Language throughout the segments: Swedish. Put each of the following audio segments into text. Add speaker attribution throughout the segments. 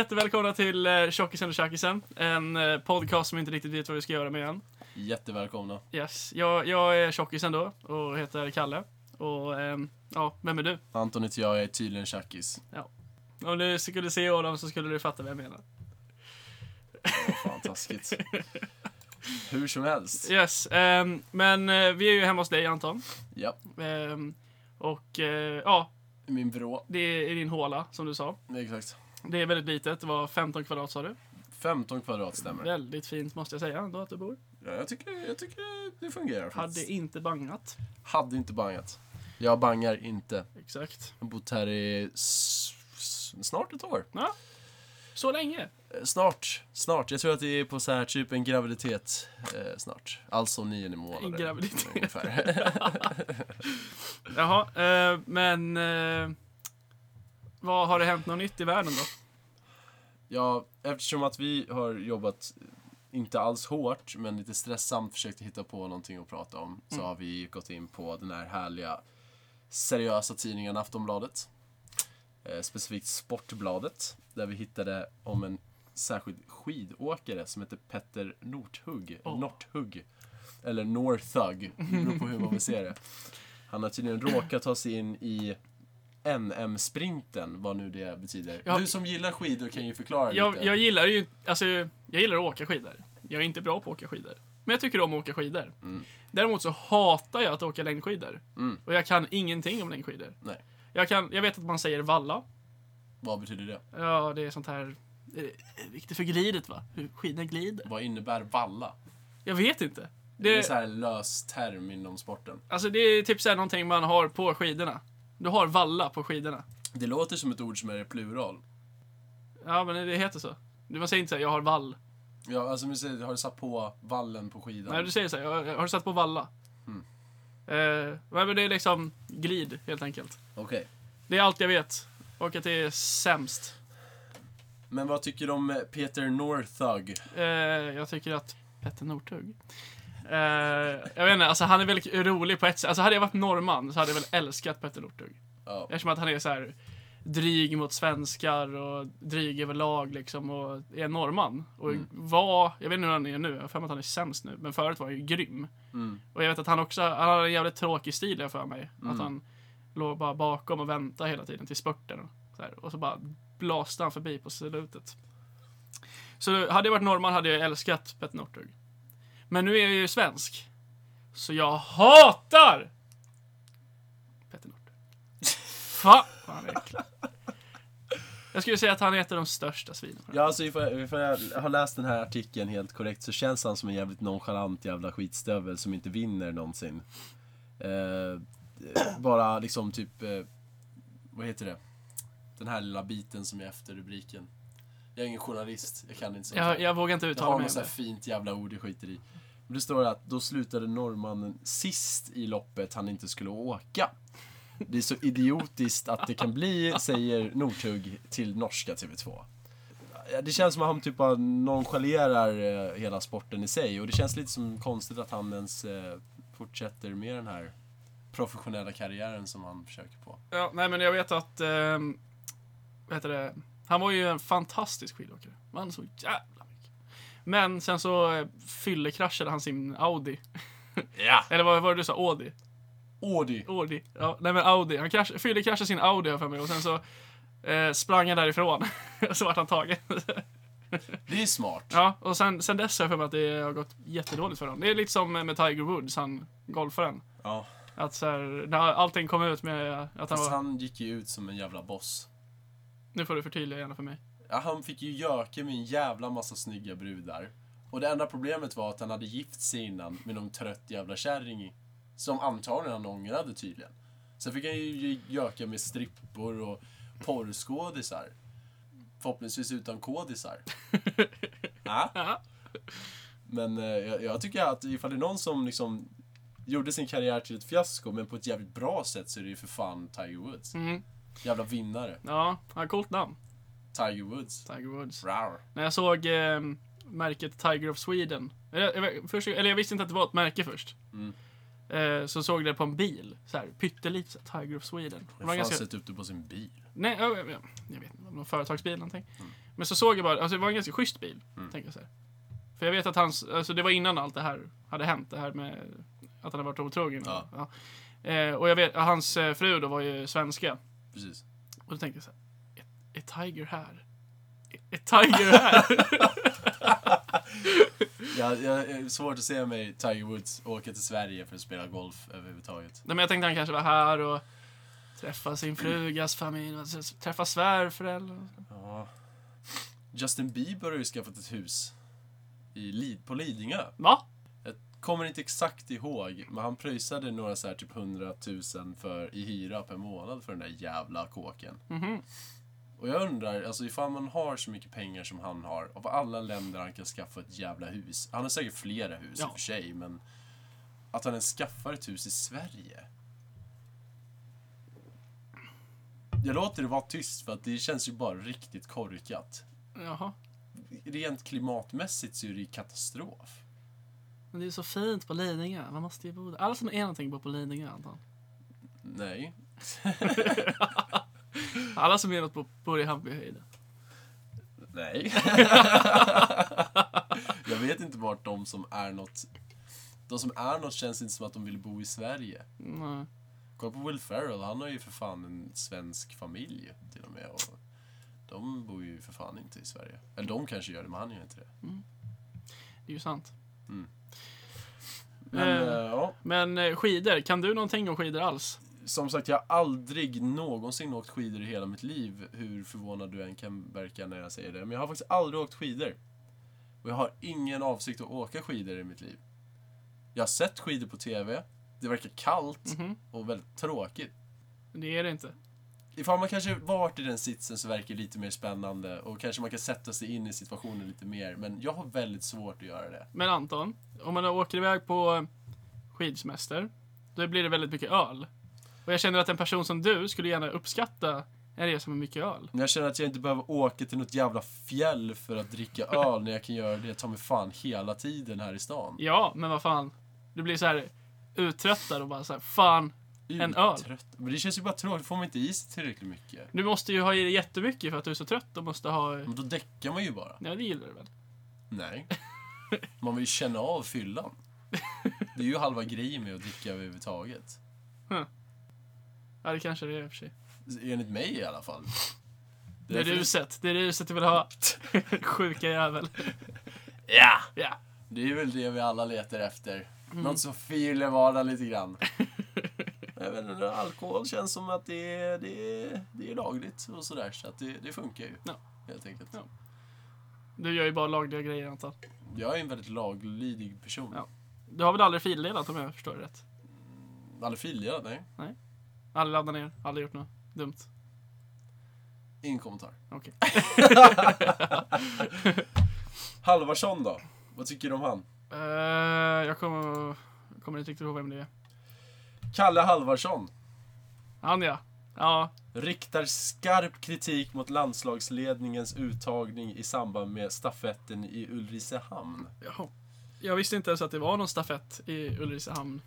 Speaker 1: Jättevälkomna till eh, Tjockisen och Tjackisen. En eh, podcast som inte riktigt vet vad vi ska göra med än.
Speaker 2: Jättevälkomna.
Speaker 1: Yes. Jag, jag är Tjockisen då och heter Kalle. Och ehm, ja, vem är du?
Speaker 2: Anton heter jag, jag är tydligen tjackis.
Speaker 1: Om du skulle se Adam så skulle du fatta vad jag menar.
Speaker 2: Fantastiskt. Hur som helst.
Speaker 1: Yes. ehm, men eh, vi är ju hemma hos dig Anton.
Speaker 2: Ja,
Speaker 1: Ehm, och eh, ja,
Speaker 2: i min vrå.
Speaker 1: det är i din håla som du sa.
Speaker 2: Exakt.
Speaker 1: Det är väldigt litet, det var 15 kvadrat sa du.
Speaker 2: 15 kvadrat stämmer.
Speaker 1: Väldigt fint måste jag säga ändå att du bor.
Speaker 2: Ja, jag, tycker, jag tycker det fungerar
Speaker 1: Hade
Speaker 2: faktiskt.
Speaker 1: inte bangat.
Speaker 2: Hade inte bangat. Jag bangar inte.
Speaker 1: Exakt.
Speaker 2: Jag har bott här i s- s- snart ett år.
Speaker 1: Ja. Så länge.
Speaker 2: Eh, Snart, snart. Jag tror att det är på så här typ en graviditet eh, snart. Alltså om nio månader.
Speaker 1: En graviditet.
Speaker 2: Ungefär.
Speaker 1: Jaha, eh, men... Eh, vad Har det hänt något nytt i världen då?
Speaker 2: Ja, eftersom att vi har jobbat, eh, inte alls hårt, men lite stressamt försökt hitta på någonting att prata om, så
Speaker 1: Mm.
Speaker 2: har vi gått in på den här härliga seriösa tidningen Aftonbladet. Eh, specifikt Sportbladet, där vi hittade om en särskild skidåkare som heter Petter Northug.
Speaker 1: Åh.
Speaker 2: Northug. Eller Northug, det beror på hur man vill se det. Han har tydligen råkat ta sig in i NM-sprinten, vad nu det betyder.
Speaker 1: Ja.
Speaker 2: Du som gillar skidor kan ju förklara
Speaker 1: Jag,
Speaker 2: lite.
Speaker 1: jag gillar ju... Alltså, jag gillar att åka skidor. Jag är inte bra på att åka skidor. Men jag tycker om att åka skidor.
Speaker 2: Mm.
Speaker 1: Däremot så hatar jag att åka längdskidor.
Speaker 2: Mm.
Speaker 1: Och jag kan ingenting om längdskidor.
Speaker 2: Nej.
Speaker 1: Jag, kan, jag vet att man säger valla.
Speaker 2: Vad betyder det?
Speaker 1: Ja, det är sånt här... eh, Viktigt för glidet va? Hur skidorna glider.
Speaker 2: Vad innebär valla?
Speaker 1: Jag vet inte.
Speaker 2: Det, är
Speaker 1: Det,
Speaker 2: så här en lös term inom sporten.
Speaker 1: alltså, det är typ så här någonting man har på skidorna. Du har valla på skidorna.
Speaker 2: Det låter som ett ord som är i plural.
Speaker 1: Ja, men det heter så. Du- Man säger inte så här, jag har vall.
Speaker 2: Ja, alltså om vi säger, har du satt på vallen på skidan?
Speaker 1: Nej, du säger så. här, Jag, jag har du satt på valla?
Speaker 2: Mm.
Speaker 1: Eh, nej, men det är liksom glid, helt enkelt.
Speaker 2: Okej.
Speaker 1: Det är allt jag vet. Och att det är sämst.
Speaker 2: Men vad tycker du om eh, Peter Northug?
Speaker 1: Eh, jag tycker att Petter Northug... Eh, jag vet inte, alltså han är väldigt rolig på ett sätt. Alltså hade jag varit norrman så hade jag väl älskat Petter Northug.
Speaker 2: Ja,
Speaker 1: Eftersom att han är så här dryg mot svenskar och dryg överlag liksom och är norrman. Och
Speaker 2: Mm.
Speaker 1: var, jag vet inte hur han är nu, jag har för mig att han är sämst nu, men förut var han ju grym.
Speaker 2: Mm.
Speaker 1: Och jag vet att han också, han hade en jävligt tråkig stil jag för mig. Att han låg bara bakom och väntade hela tiden till spurten. Så här, och så bara blåste han förbi på slutet. Så hade jag varit norrman hade jag älskat Petter Northug. Men nu är jag ju svensk. Så jag hatar Petter Northug. Fan vad han är äcklig. Jag skulle säga att han är ett av de största svinen. på den
Speaker 2: ja alltså ifall, ifall jag har läst den här artikeln helt korrekt så känns han som en jävligt nonchalant jävla skitstövel som inte vinner någonsin. Eh, bara liksom typ, eh, vad heter det? Den här lilla biten som är efter rubriken. Jag är ingen journalist, jag kan inte sånt här.
Speaker 1: Jag, jag vågar inte
Speaker 2: Jag
Speaker 1: uttala
Speaker 2: har
Speaker 1: mig.
Speaker 2: något
Speaker 1: om
Speaker 2: sånt
Speaker 1: det.
Speaker 2: här fint jävla ord jag skiter i. Men det står att då slutade norrmannen sist i loppet han inte skulle åka. Det är så idiotiskt att det kan bli, säger Northug till norska TV2. Ja, Det känns som att han typ bara nonchalerar eh, hela sporten i sig och det känns lite som konstigt att han ens eh, fortsätter med den här professionella karriären som han försöker på.
Speaker 1: Ja, nej, men jag vet att... ehm, vad heter det? Han var ju en fantastisk skidåkare. Vann så jävla mycket. Men sen så eh, fyllekraschade han sin Audi.
Speaker 2: Ja!
Speaker 1: Eller vad var det du sa? Audi?
Speaker 2: Audi!
Speaker 1: Audi. Ja, nej, men Audi. Han krasch, fyllekraschade sin Audi har jag för mig och sen så eh, sprang han därifrån. så vart han tagen.
Speaker 2: Det är smart.
Speaker 1: ja, och sen, sen dess har jag för mig att det har gått jättedåligt för honom. Det är lite som med Tiger Woods, han golfaren.
Speaker 2: Ja.
Speaker 1: Att så här, när allting kom ut med att han
Speaker 2: Fast
Speaker 1: var...
Speaker 2: Alltså, han gick ju ut som en jävla boss.
Speaker 1: Nu får du förtydliga gärna för mig.
Speaker 2: Ja, han fick ju göke med en jävla massa snygga brudar. Och det enda problemet var att han hade gift sig innan med någon trött jävla kärring i- som antagligen han ångrade tydligen. Sen fick han ju göka med strippor och porrskådisar. Förhoppningsvis utan kodisar. ja.
Speaker 1: Ja.
Speaker 2: Men eh, jag, jag tycker att ifall det är någon som liksom gjorde sin karriär till ett fiasko men på ett jävligt bra sätt så är det ju för fan Tiger Woods.
Speaker 1: Mm.
Speaker 2: Jävla vinnare.
Speaker 1: Ja, han har coolt namn.
Speaker 2: Tiger Woods.
Speaker 1: Tiger Woods.
Speaker 2: Rawr.
Speaker 1: När jag såg eh, märket Tiger of Sweden. Eller jag, vet- först, eller jag visste inte att det var ett märke först.
Speaker 2: Mm.
Speaker 1: Eh, så såg jag det på en bil. Så här, pyttelite. Så här, Tiger of Sweden. Det
Speaker 2: Hur
Speaker 1: var
Speaker 2: fan
Speaker 1: ganska,
Speaker 2: sätter upp det på sin bil?
Speaker 1: nej, jag, jag, jag vet inte. Någon företagsbil eller någonting. Men så såg jag bara, alltså det var en ganska schysst bil. Tänker jag så här. För jag vet att hans, alltså det var innan allt det här hade hänt, det här med att han hade varit otrogen.
Speaker 2: Ja.
Speaker 1: Ja. Eh, och jag vet, hans eh, fru då var ju svenska.
Speaker 2: Precis.
Speaker 1: Och då tänkte jag så här, är, är Tiger här? Är- Är Tiger här?
Speaker 2: Jag, jag, jag är svårt att se mig, Tiger Woods, åka till Sverige för att spela golf överhuvudtaget.
Speaker 1: Nej, men jag tänkte han kanske var här och träffa sin frugas familj, och så- träffa svärföräldrar.
Speaker 2: Ja. Justin Bieber har ju skaffat ett hus i Lid, på Lidingö.
Speaker 1: Va?
Speaker 2: Jag kommer inte exakt ihåg, men han pröjsade några så här typ 100 000 för, i hyra per månad för den där jävla kåken.
Speaker 1: Mhm.
Speaker 2: Och jag undrar, alltså ifall man har så mycket pengar som han har, av alla länder han kan skaffa ett jävla hus. Han har säkert flera hus i
Speaker 1: Ja.
Speaker 2: och för sig, men att han ens skaffar ett hus i Sverige. Jag låter det vara tyst för att det känns ju bara riktigt korkat.
Speaker 1: Jaha.
Speaker 2: Rent klimatmässigt så är det ju katastrof.
Speaker 1: Men det är ju så fint på Lidingö. Man måste ju bo där. Alla som är någonting bor på Lidingö, antar
Speaker 2: Nej.
Speaker 1: jag. Alla som är något bor- bor i Hammarbyhöjden.
Speaker 2: Nej. jag vet inte vart de som är något... De som är något känns inte som att de vill bo i Sverige.
Speaker 1: Nej.
Speaker 2: Kolla på Will Ferrell, han har ju för fan en svensk familj till och med. Och de bor ju för fan inte i Sverige. Eller de kanske gör det, men han gör inte det.
Speaker 1: Det är ju sant.
Speaker 2: Men
Speaker 1: Eh.
Speaker 2: eh, ja,
Speaker 1: Men eh, skidor, kan du någonting om skidor alls?
Speaker 2: som sagt, jag har aldrig någonsin åkt skidor i hela mitt liv. Hur förvånad du än kan verka när jag säger det. Men jag har faktiskt aldrig åkt skidor. Och jag har ingen avsikt att åka skidor i mitt liv. Jag har sett skidor på TV. Det verkar kallt
Speaker 1: Mhm.
Speaker 2: och väldigt tråkigt.
Speaker 1: Det är det inte.
Speaker 2: Ifall man kanske varit i den sitsen så verkar det lite mer spännande och kanske man kan sätta sig in i situationen lite mer. Men jag har väldigt svårt att göra det.
Speaker 1: Men Anton, om man åker iväg på skidsemester, då blir det väldigt mycket öl. Och jag känner att en person som du skulle gärna uppskatta en resa med mycket öl.
Speaker 2: Men jag känner att jag inte behöver åka till något jävla fjäll för att dricka öl när jag kan göra det ta mig fan hela tiden här i stan.
Speaker 1: Ja, men vad fan. Du blir så här uttröttad och bara så här, fan, En öl.
Speaker 2: Uttrött. Men det känns ju bara tråkigt, då får man inte i sig tillräckligt mycket.
Speaker 1: du måste ju ha i dig jättemycket för att du är så trött och måste ha...
Speaker 2: Men då däckar man ju bara.
Speaker 1: Ja, det gillar du väl?
Speaker 2: Nej. Man vill ju känna av fyllan. Det är ju halva grejen med att dricka överhuvudtaget.
Speaker 1: Ja, det kanske det är i och för sig.
Speaker 2: Enligt mig i alla fall.
Speaker 1: Det är
Speaker 2: därför-
Speaker 1: ruset. Det är ruset du vill ha. Sjuka jävel.
Speaker 2: Ja!
Speaker 1: Ja.
Speaker 2: Det är väl det vi alla letar efter.
Speaker 1: Mm.
Speaker 2: Något som fyller vardagen lite grann. Jag vet inte, alkohol känns som att det är, det är, det är lagligt och sådär. Så att det, det funkar ju.
Speaker 1: Ja.
Speaker 2: Helt enkelt.
Speaker 1: Ja. Du gör ju bara lagliga grejer, Anton.
Speaker 2: Jag är en väldigt laglydig person.
Speaker 1: Ja. Du har väl aldrig fildelat om jag förstår det rätt?
Speaker 2: Aldrig fildelad, nej.
Speaker 1: Aldrig laddat ner, aldrig gjort något dumt.
Speaker 2: Ingen kommentar.
Speaker 1: Okej.
Speaker 2: Halvarsson då? Vad tycker du om han?
Speaker 1: Eh, jag kommer, jag kommer inte riktigt ihåg vem det är.
Speaker 2: Kalle Halvarsson
Speaker 1: Han ja. Ja,
Speaker 2: riktar skarp kritik mot landslagsledningens uttagning i samband med stafetten i Ulricehamn.
Speaker 1: jaha. Jag visste inte ens att det var någon stafett i Ulricehamn.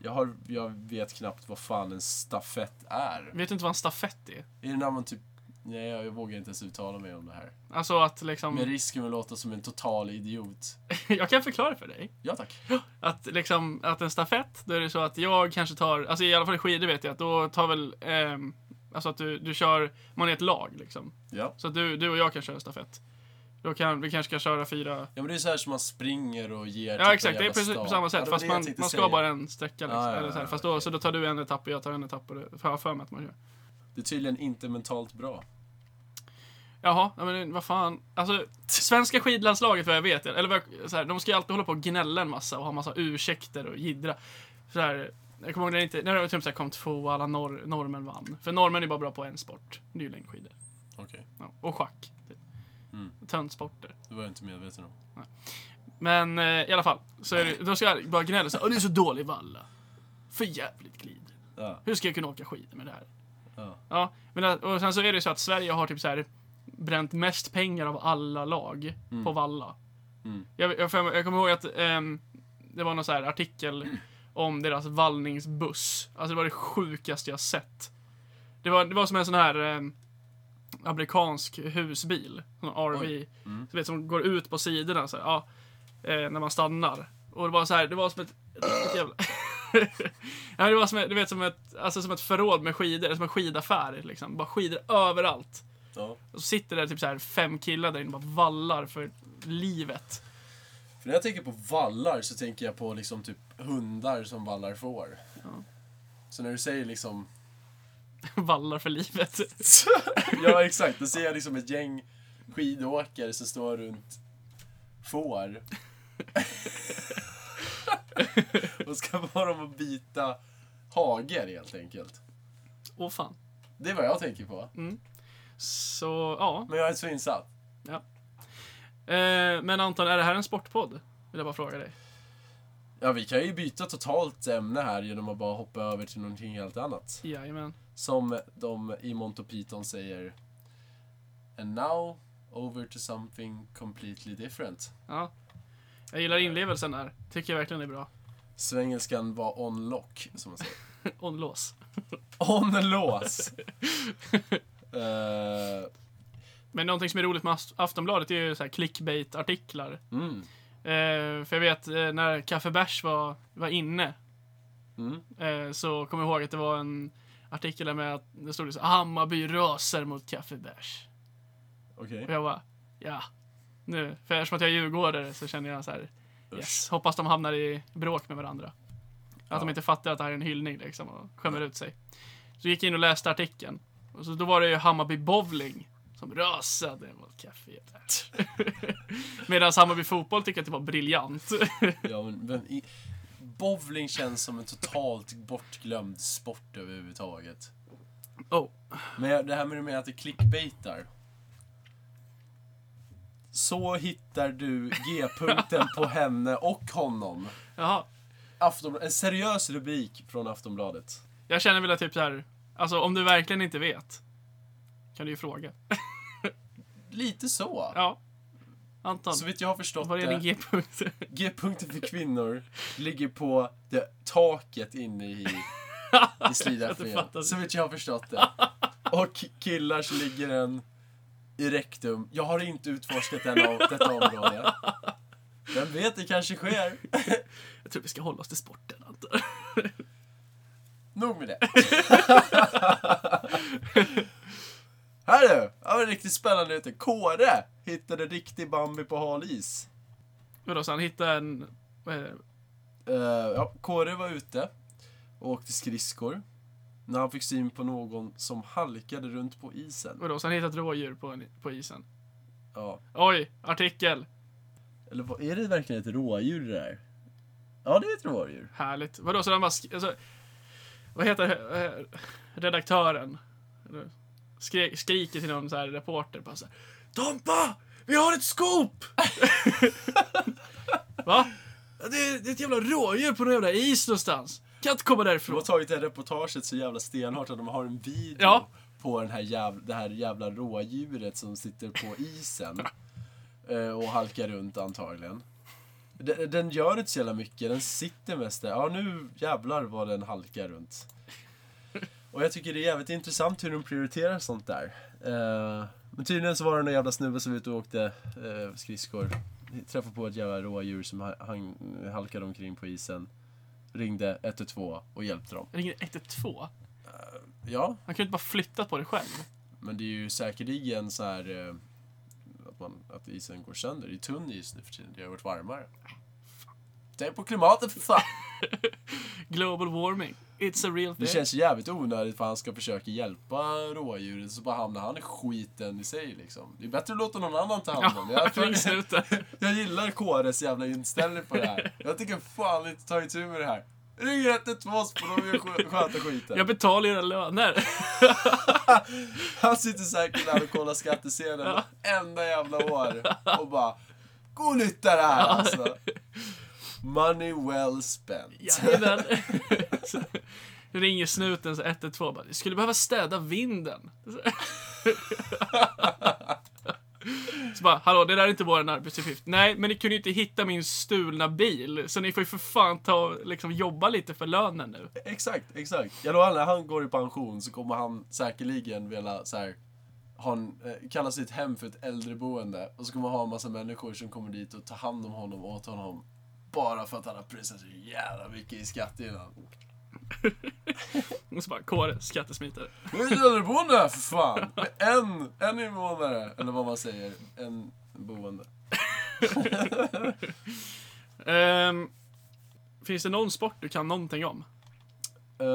Speaker 2: Jag, har, jag vet knappt vad fan en stafett är.
Speaker 1: Vet du inte vad en stafett är?
Speaker 2: Är det när man typ... Nej, jag vågar inte ens uttala mig om det här.
Speaker 1: Alltså att
Speaker 2: Med
Speaker 1: liksom...
Speaker 2: risken att låta som en total idiot.
Speaker 1: jag kan förklara för dig.
Speaker 2: Ja, tack.
Speaker 1: Att liksom, att en stafett, då är det så att jag kanske tar, alltså i alla fall i skidor vet jag att då tar väl, ehm, alltså att du, du kör, man är ett lag liksom.
Speaker 2: Ja.
Speaker 1: Så att du, du och jag kan köra stafett. Då kan, vi kanske ska köra fyra
Speaker 2: Ja, men det är så här som man springer och ger typ
Speaker 1: Ja exakt, det är precis på samma sätt. Fast man, man ska bara en sträcka. Liksom.
Speaker 2: Ja, ja, ja,
Speaker 1: eller så här. Fast då, så då tar du en etapp och jag tar en etapp. Och det, för jag har för mig att man gör.
Speaker 2: Det är tydligen inte mentalt bra.
Speaker 1: Jaha, ja, men vad fan. Alltså, svenska skidlandslaget vad jag vet, eller vad jag, så här, de ska ju alltid hålla på och gnälla en massa och ha massa ursäkter och jiddra. Så här, jag kommer ihåg när det, inte, när det typ så här kom två och alla norr, norrmän vann. För norrmän är bara bra på en sport. Det är ju längdskidor.
Speaker 2: Okej,
Speaker 1: Ja, och schack. Typ.
Speaker 2: Mm.
Speaker 1: Töntsporter.
Speaker 2: det var jag inte medveten om.
Speaker 1: Men eh, i alla fall, så är det, de ska bara gnälla så här, "Åh, det är så dålig valla. För jävligt glid.
Speaker 2: Ja,
Speaker 1: Hur ska jag kunna åka skidor med det här?
Speaker 2: ja.
Speaker 1: Ja, men att- och sen så är det så att Sverige har typ så här bränt mest pengar av alla lag på valla.
Speaker 2: Mm.
Speaker 1: Jag, jag, för- jag kommer ihåg att ehm, det var någon så här artikel om deras vallningsbuss. Alltså det var det sjukaste jag sett. Det var, det var som en sån här ehm, amerikansk husbil. En RV.
Speaker 2: Mm.
Speaker 1: Du vet, som går ut på sidorna så här, ja, eh, när man stannar. Och det var så här, det var som ett riktigt jävla... ja, det var som ett, du vet, som ett, alltså som ett förråd med skidor, som en skidaffär liksom. Bara skidor överallt.
Speaker 2: Ja.
Speaker 1: Och så sitter det typ så här fem killar där inne och bara vallar för livet.
Speaker 2: För när jag tänker på vallar så tänker jag på liksom typ hundar som vallar får.
Speaker 1: Ja.
Speaker 2: Så när du säger liksom...
Speaker 1: vallar för livet.
Speaker 2: ja, exakt. Då ser jag liksom ett gäng skidåkare som står runt får. och ska få dem att bita hager helt enkelt.
Speaker 1: Åh fan.
Speaker 2: Det är vad jag tänker på.
Speaker 1: Så, ja.
Speaker 2: Men jag är så insatt.
Speaker 1: Eh, men Anton, är det här en sportpodd? Vill jag bara fråga dig.
Speaker 2: Ja, vi kan ju byta totalt ämne här genom att bara hoppa över till någonting helt annat.
Speaker 1: Jajamän.
Speaker 2: Som de i Monty Python säger. And now over to something completely different.
Speaker 1: Ja. Jag gillar inlevelsen där. Tycker jag verkligen är bra.
Speaker 2: Svengelskan var on lock, som man säger.
Speaker 1: Onlås.
Speaker 2: On lås! Eh,
Speaker 1: Men någonting som är roligt med Aft- Aftonbladet är ju så här clickbait-artiklar.
Speaker 2: mm,
Speaker 1: Eh, för jag vet eh, när Café Bärs var, var inne
Speaker 2: mm.
Speaker 1: eh, så kommer jag ihåg att det var en artikel där med att det stod så här, Hammarby röser mot Café Bärs.
Speaker 2: Okej.
Speaker 1: Och jag bara, ja. Nu, för eftersom att jag är djurgårdare så känner jag så här, yes, hoppas de hamnar i bråk med varandra. Att
Speaker 2: Ja.
Speaker 1: de inte fattar att det här är en hyllning liksom och skämmer ut sig. Så gick jag in och läste artikeln. Och så då var det ju Hammarby Bowling som rasade mot kaféet. där. Medan Hammarby Fotboll tyckte att det var briljant.
Speaker 2: Ja, men vem, i, bowling känns som en totalt bortglömd sport överhuvudtaget.
Speaker 1: oh,
Speaker 2: Men jag- det här med, med att det clickbaitar. Så hittar du G-punkten på henne och honom.
Speaker 1: jaha.
Speaker 2: Afton, en seriös rubrik från Aftonbladet.
Speaker 1: Jag känner väl att typ så här, alltså om du verkligen inte vet kan du ju fråga.
Speaker 2: Lite så.
Speaker 1: Ja. Anton,
Speaker 2: Så vitt jag har förstått
Speaker 1: vad är din
Speaker 2: det.
Speaker 1: G-punkt?
Speaker 2: G-punkten för kvinnor ligger på det taket inne i, i slidafén.
Speaker 1: fattar.
Speaker 2: Så vitt jag har förstått det. Och killar så ligger den i rektum. Jag har inte utforskat den av detta område. Vem vet, det kanske sker.
Speaker 1: Jag tror vi ska hålla oss till sporten, Anton.
Speaker 2: Nog med det. Här du! Ja, men riktigt spännande ute. Kåre hittade riktig Bambi på hal is.
Speaker 1: Vadå, så han hittade en... Vad är det?
Speaker 2: Eh, ja, Kåre var ute och åkte skridskor. När han fick syn på någon som halkade runt på isen.
Speaker 1: Vadå, så han hittade ett rådjur på, en, på isen?
Speaker 2: Ja.
Speaker 1: Oj, artikel!
Speaker 2: Eller vad, är det verkligen ett rådjur det där? Ja, det är ett rådjur.
Speaker 1: Härligt. Vadå, så han bara... sk- Alltså, vad heter eh, redaktören? Eller, Skri, skriker till någon så här reporter bara så här,
Speaker 2: Tompa! Vi har ett skop!
Speaker 1: Va?
Speaker 2: Det är, det är ett jävla
Speaker 1: Rådjur på någon jävla is någonstans! Kan inte komma
Speaker 2: De har
Speaker 1: därifrån!
Speaker 2: tagit det här reportaget så jävla stenhårt att de har en video
Speaker 1: Ja.
Speaker 2: på den här jävla, det här jävla rådjuret som sitter på isen. eh, och halkar runt antagligen. Den, den gör inte så jävla mycket, den sitter mest där. Ja, nu jävlar vad den halkar runt. Och jag tycker det är jävligt intressant hur de prioriterar sånt där. Eh, men tydligen så var det någon jävla snubbe som var ute och åkte eh, skridskor. Träffade på ett jävla rådjur som ha- han, halkade omkring på isen. Ringde 112 och hjälpte dem.
Speaker 1: Ringer 112?
Speaker 2: Ja,
Speaker 1: Han kunde inte bara flyttat på det själv.
Speaker 2: men det är ju säkerligen så här eh, att, man, att isen går sönder. Det är tunn is nu för tiden. Det har varit varmare. Tänk på klimatet för fan!
Speaker 1: Global warming. It's a real
Speaker 2: Det
Speaker 1: thing.
Speaker 2: känns ju jävligt onödigt för han ska försöka hjälpa rådjuret så bara hamnar han i skiten i sig liksom. Det är bättre att låta någon annan ta hand om det.
Speaker 1: Ja,
Speaker 2: Jag,
Speaker 1: i
Speaker 2: tycker,
Speaker 1: slutet.
Speaker 2: jag gillar KRs jävla inställning på det här. Jag tycker fan inte ta itu med det här. Ring 112 så får de ju skö- sköta skiten.
Speaker 1: Jag betalar era löner.
Speaker 2: Han sitter säkert där och kollar skattesedeln
Speaker 1: Ja.
Speaker 2: enda jävla år och bara God nytta det här alltså. Money well spent.
Speaker 1: Jajamän. Så Ringer snuten så 112 bara, "Vi skulle behöva städa vinden. Så bara, hallå det där är inte våran arbetsuppgift. Nej, men ni kunde ju inte hitta min stulna bil. Så ni får ju för fan ta och liksom jobba lite för lönen nu.
Speaker 2: Exakt, exakt. Jag lovar, när han går i pension så kommer han säkerligen vilja så här, ha en, eh, kalla sitt hem för ett äldreboende och så kommer man ha en massa människor som kommer dit och tar hand om honom och åt honom bara för att han har pressat så jävla mycket i skatt innan.
Speaker 1: Och så bara, Kåre, skattesmitare.
Speaker 2: Nu är det ett äldreboende för fan! Med en, en invånare, eller vad man säger, en boende.
Speaker 1: Ehm, finns det någon sport du kan någonting om?
Speaker 2: Eh,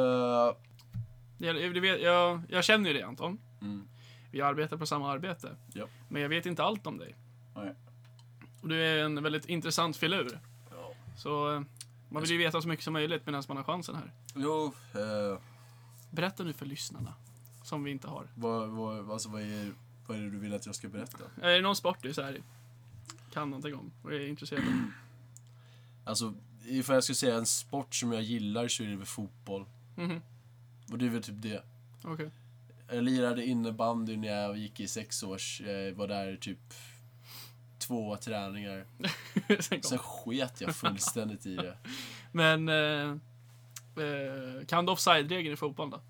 Speaker 1: Jag, du vet, jag, jag känner ju dig Anton.
Speaker 2: Mm.
Speaker 1: Vi arbetar på samma arbete.
Speaker 2: Japp.
Speaker 1: Men jag vet inte allt om dig.
Speaker 2: Nej.
Speaker 1: Och du är en väldigt intressant filur.
Speaker 2: ja.
Speaker 1: Så eh, man vill ju veta så mycket som möjligt medan man har chansen här.
Speaker 2: Jo, eh,
Speaker 1: Berätta nu för lyssnarna. Som vi inte har.
Speaker 2: vad, vad, alltså, vad, är, vad är det du vill att jag ska berätta?
Speaker 1: Eh, Är det någon sport du så här, kan någonting om och är intresserad av?
Speaker 2: Alltså, ifall jag ska säga en sport som jag gillar så är det väl fotboll.
Speaker 1: Mhm,
Speaker 2: Och det är väl typ det.
Speaker 1: Okej.
Speaker 2: Jag lirade innebandy när jag gick i sex års. Jag var där typ två träningar.
Speaker 1: Sen kom-
Speaker 2: Sen sket jag fullständigt i det.
Speaker 1: Men eh, eh, kan du offside-regeln i fotboll då?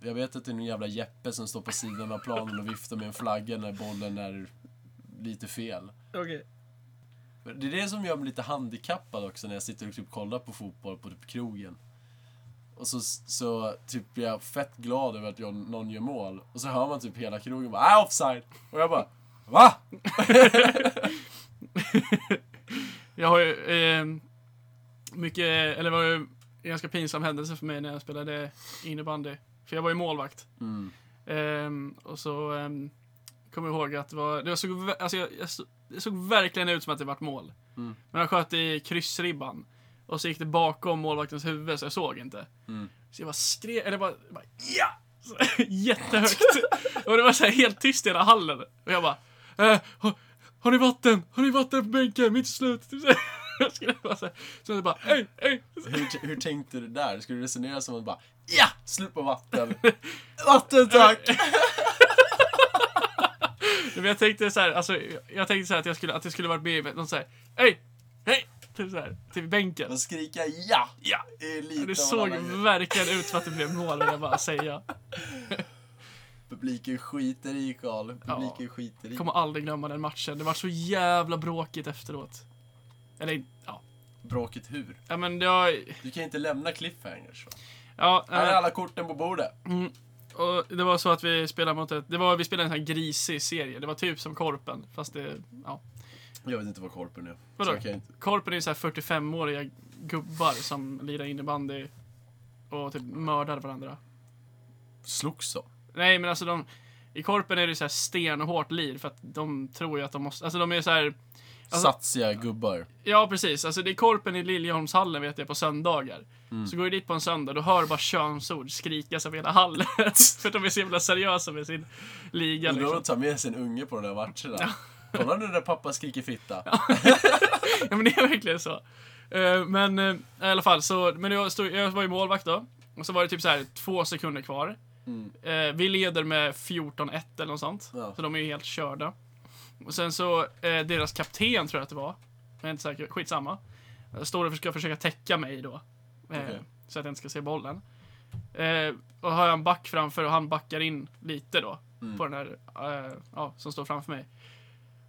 Speaker 2: Jag vet att det är någon jävla Jeppe som står på sidan av planen och viftar med en flagga när bollen är lite fel.
Speaker 1: Okej.
Speaker 2: Men Det är det som gör mig lite handikappad också när jag sitter och typ kollar på fotboll på typ krogen. Och så, så typ blir jag fett glad över att jag, någon gör mål. Och så hör man typ hela krogen bara ah, offside! Och jag bara VA?
Speaker 1: Jag har ju eh, mycket, eller det var ju en ganska pinsam händelse för mig när jag spelade innebandy. För jag var ju målvakt.
Speaker 2: Mm.
Speaker 1: Ehm, och så ehm, kommer jag ihåg att det var, det var såg, vä- alltså jag, jag, så- det såg verkligen ut som att det vart mål.
Speaker 2: Mm.
Speaker 1: Men jag sköt i kryssribban. Och så gick det bakom målvaktens huvud så jag såg inte.
Speaker 2: Mm.
Speaker 1: Så jag bara skrek, eller bara, bara ja! Så, jättehögt. och det var så här helt tyst i hela hallen. Och jag bara, eh, har, har ni vatten? Har ni vatten på bänken? Mitt i slutet. Typ så här. Jag skulle bara säga, så jag bara, hej, hej.
Speaker 2: Hur, hur tänkte du där? Skulle du resonera som att bara ja! Slut på vatten! Vatten tack!
Speaker 1: Men jag tänkte så här, alltså, jag- jag tänkte så här att jag skulle, att det skulle varit med i någon så här, hej, hej, typ så här, typ i bänken.
Speaker 2: Och skrika ja!
Speaker 1: Ja.
Speaker 2: Det är
Speaker 1: Och
Speaker 2: lite
Speaker 1: Det
Speaker 2: av en
Speaker 1: såg
Speaker 2: annan grej.
Speaker 1: verkligen ut som att det blev mål, vill jag bara säga.
Speaker 2: Publiken skiter i Karl. Publiken
Speaker 1: Ja.
Speaker 2: skiter i.
Speaker 1: Jag kommer aldrig glömma den matchen. Det var så jävla bråkigt efteråt. Eller, ja.
Speaker 2: Bråket hur?
Speaker 1: Ja, men det var...
Speaker 2: Du kan inte lämna cliffhangers va?
Speaker 1: Ja,
Speaker 2: Här är
Speaker 1: eh,
Speaker 2: alla korten på bordet.
Speaker 1: och det var så att vi spelade mot ett... Det var, vi spelade en sån här grisig serie. Det var typ som Korpen, fast det... Ja.
Speaker 2: Jag vet inte vad korpen är.
Speaker 1: Vadå?
Speaker 2: Så jag kan inte-
Speaker 1: Korpen är ju så här 45-åriga gubbar som lirar innebandy och typ mördar varandra.
Speaker 2: Slogs de?
Speaker 1: Nej, men alltså de... I Korpen är det så här stenhårt lir för att de tror ju att de måste... Alltså de är så här... Alltså-
Speaker 2: Satsiga gubbar.
Speaker 1: Ja, precis. Alltså det är Korpen i Liljeholmshallen vet jag på söndagar. Så går du dit på en söndag, då hör du bara könsord skrikas av hela hallen. för att de är så jävla seriösa med sin liga
Speaker 2: Undrar om
Speaker 1: liksom.
Speaker 2: de tar med sin unge på de där matcherna. Kolla nu när pappa skriker fitta.
Speaker 1: Ja, men det är verkligen så. Eh, Men eh, i alla fall, så, men jag, stod, jag var ju målvakt då. Och så var det typ så här två sekunder kvar.
Speaker 2: Mm.
Speaker 1: Eh, vi leder med 14-1 eller något sånt.
Speaker 2: Ja.
Speaker 1: Så de är ju helt körda. Och sen så, eh, deras kapten tror jag att det var. Jag är inte säker, skitsamma. Eh, Står och ska försöka täcka mig då. Eh,
Speaker 2: Okej.
Speaker 1: Så att jag inte ska se bollen. Eh, och har jag en back framför och han backar in lite då.
Speaker 2: Mm.
Speaker 1: På den här, eh, ja, som står framför mig.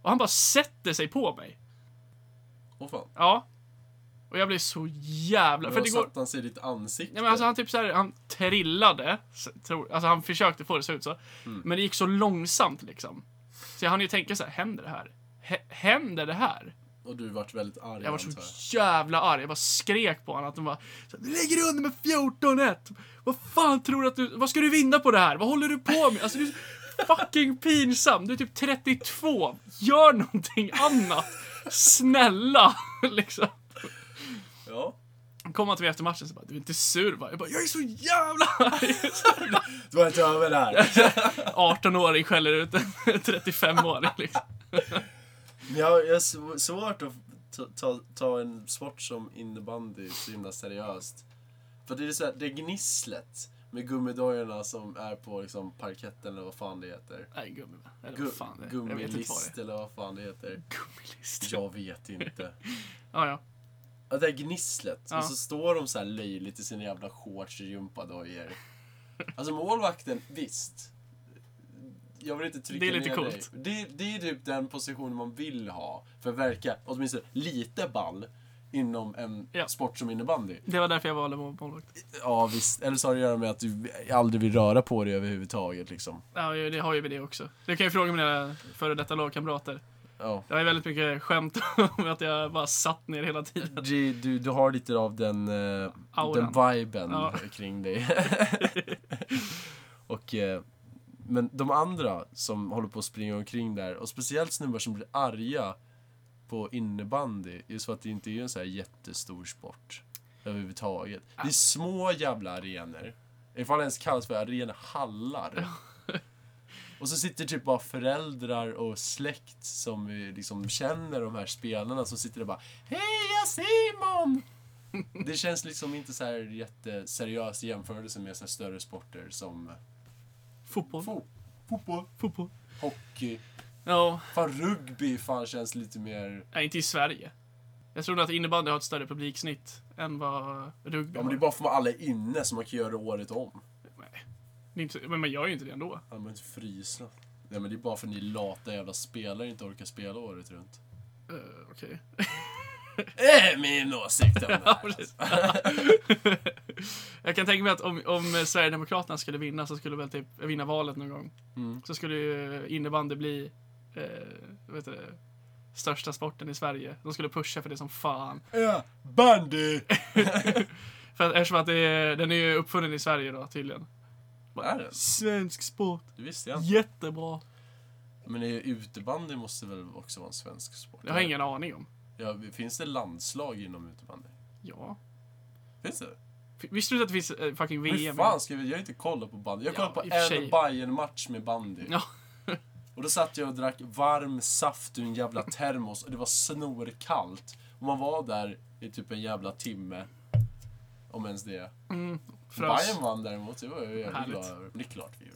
Speaker 1: Och han bara sätter sig på mig.
Speaker 2: Åh fan.
Speaker 1: Ja. Och jag blev så jävla... För
Speaker 2: För
Speaker 1: det går...
Speaker 2: satte han sig i ditt ansikte.
Speaker 1: Nej, men alltså han typ så här, han trillade. så- Tror, alltså han försökte få det att se ut så. Men det gick så långsamt liksom. Så jag hann ju tänka så här, händer det här? H- händer det här?
Speaker 2: Och du vart väldigt arg
Speaker 1: Jag var
Speaker 2: antar
Speaker 1: så jävla arg. Jag bara skrek på honom att de bara så här, Du ligger under med 14-1! Vad fan tror du att du... Vad ska du vinna på det här? Vad håller du på med? Alltså du är så fucking pinsam. Du är typ 32. Gör någonting annat. Snälla! liksom.
Speaker 2: Ja.
Speaker 1: Kom han till mig efter matchen så bara, du är inte sur va? Jag bara, jag är så jävla arg!
Speaker 2: Du var inte över det här.
Speaker 1: 18-åring skäller ut en 35-åring liksom.
Speaker 2: Men Jag, jag är sv- svårt att ta, ta, ta en sport som innebandy så himla seriöst. För det är så här, det är gnisslet med gummidojorna som är på liksom parketten eller vad fan det heter.
Speaker 1: Nej, gummi. Eller
Speaker 2: Gu-
Speaker 1: vad fan det är. Jag vet inte vad det
Speaker 2: gummilist
Speaker 1: är.
Speaker 2: eller vad fan det heter.
Speaker 1: Gummilist. Ja,
Speaker 2: Jag vet inte.
Speaker 1: ja.
Speaker 2: Ja, det där gnisslet.
Speaker 1: Ja.
Speaker 2: Och så står de så här löjligt i sina jävla shorts och gympadojor. Alltså målvakten, visst. jag vill inte trycka
Speaker 1: Det är lite
Speaker 2: ner
Speaker 1: coolt.
Speaker 2: dig. Det, det är typ den positionen man vill ha för att verka åtminstone lite ball inom en
Speaker 1: Ja.
Speaker 2: sport som innebandy.
Speaker 1: Det var därför jag valde mål- målvakt.
Speaker 2: Ja, visst. Eller så har det att göra med att du aldrig vill röra på dig överhuvudtaget. Liksom.
Speaker 1: Ja, ju- det har ju med det också. Du kan ju fråga mina före detta lagkamrater.
Speaker 2: Ja.
Speaker 1: Jag har väldigt mycket skämt om att jag bara satt ner hela tiden.
Speaker 2: Du, du, du har lite av den, eh, den
Speaker 1: Auran.
Speaker 2: viben
Speaker 1: Ja.
Speaker 2: kring dig. och, eh, men de andra som håller på att springa omkring där, och speciellt snubbar som blir arga på innebandy, just för att det inte är en så här jättestor sport överhuvudtaget. Det är små jävla arenor. Ifall det ens kallas för arenahallar. Och så sitter typ bara föräldrar och släkt som eh, liksom känner de här spelarna som sitter och bara Heja Simon! Det känns liksom inte så här jätteseriöst i jämförelse med så här större sporter som
Speaker 1: Fotboll.
Speaker 2: fo- fotboll,
Speaker 1: Fotboll.
Speaker 2: hockey.
Speaker 1: Ja,
Speaker 2: Fan rugby fan känns lite mer...
Speaker 1: nej, inte i Sverige. Jag tror nog att innebandy har ett större publiksnitt än vad rugby
Speaker 2: Ja men det är
Speaker 1: har.
Speaker 2: bara för att alla är inne så man kan göra det året om.
Speaker 1: Det är inte, men man gör ju inte det ändå.
Speaker 2: Ja men frysa. Nej men det är bara för att ni lata jävla spelare inte orkar spela året runt.
Speaker 1: Uh, Okej.
Speaker 2: Äh, min åsikt om det här.
Speaker 1: precis. jag kan tänka mig att om, om Sverigedemokraterna skulle vinna så skulle väl typ vinna valet någon gång.
Speaker 2: Mm.
Speaker 1: Så skulle ju innebandy bli eh, vet du, det, största sporten i Sverige. De skulle pusha för det som fan.
Speaker 2: Äh, bandy!
Speaker 1: För att, eftersom att det är, den är ju uppfunnen i Sverige då tydligen.
Speaker 2: Vad är det?
Speaker 1: Svensk sport.
Speaker 2: Det visste jag inte.
Speaker 1: Jättebra.
Speaker 2: Men det är- utebandy måste väl också vara en svensk sport?
Speaker 1: Det har jag ingen aning om.
Speaker 2: Ja, finns det landslag inom utebandy?
Speaker 1: Ja.
Speaker 2: Finns det?
Speaker 1: F- Visste du inte att det finns eh, fucking VM?
Speaker 2: Hur fan ska vi... Jag har inte kollat på bandy. Jag
Speaker 1: Ja,
Speaker 2: kollade
Speaker 1: i och
Speaker 2: på
Speaker 1: för
Speaker 2: en
Speaker 1: sig.
Speaker 2: bayern match med bandy.
Speaker 1: Ja.
Speaker 2: Och då satt jag och drack varm saft ur en jävla termos och det var snorkallt. Och man var där i typ en jävla timme. Om ens det.
Speaker 1: Mm, frös.
Speaker 2: Bayern vann däremot, det var jag jävligt
Speaker 1: Härligt.
Speaker 2: glad över. Men Det är klart vi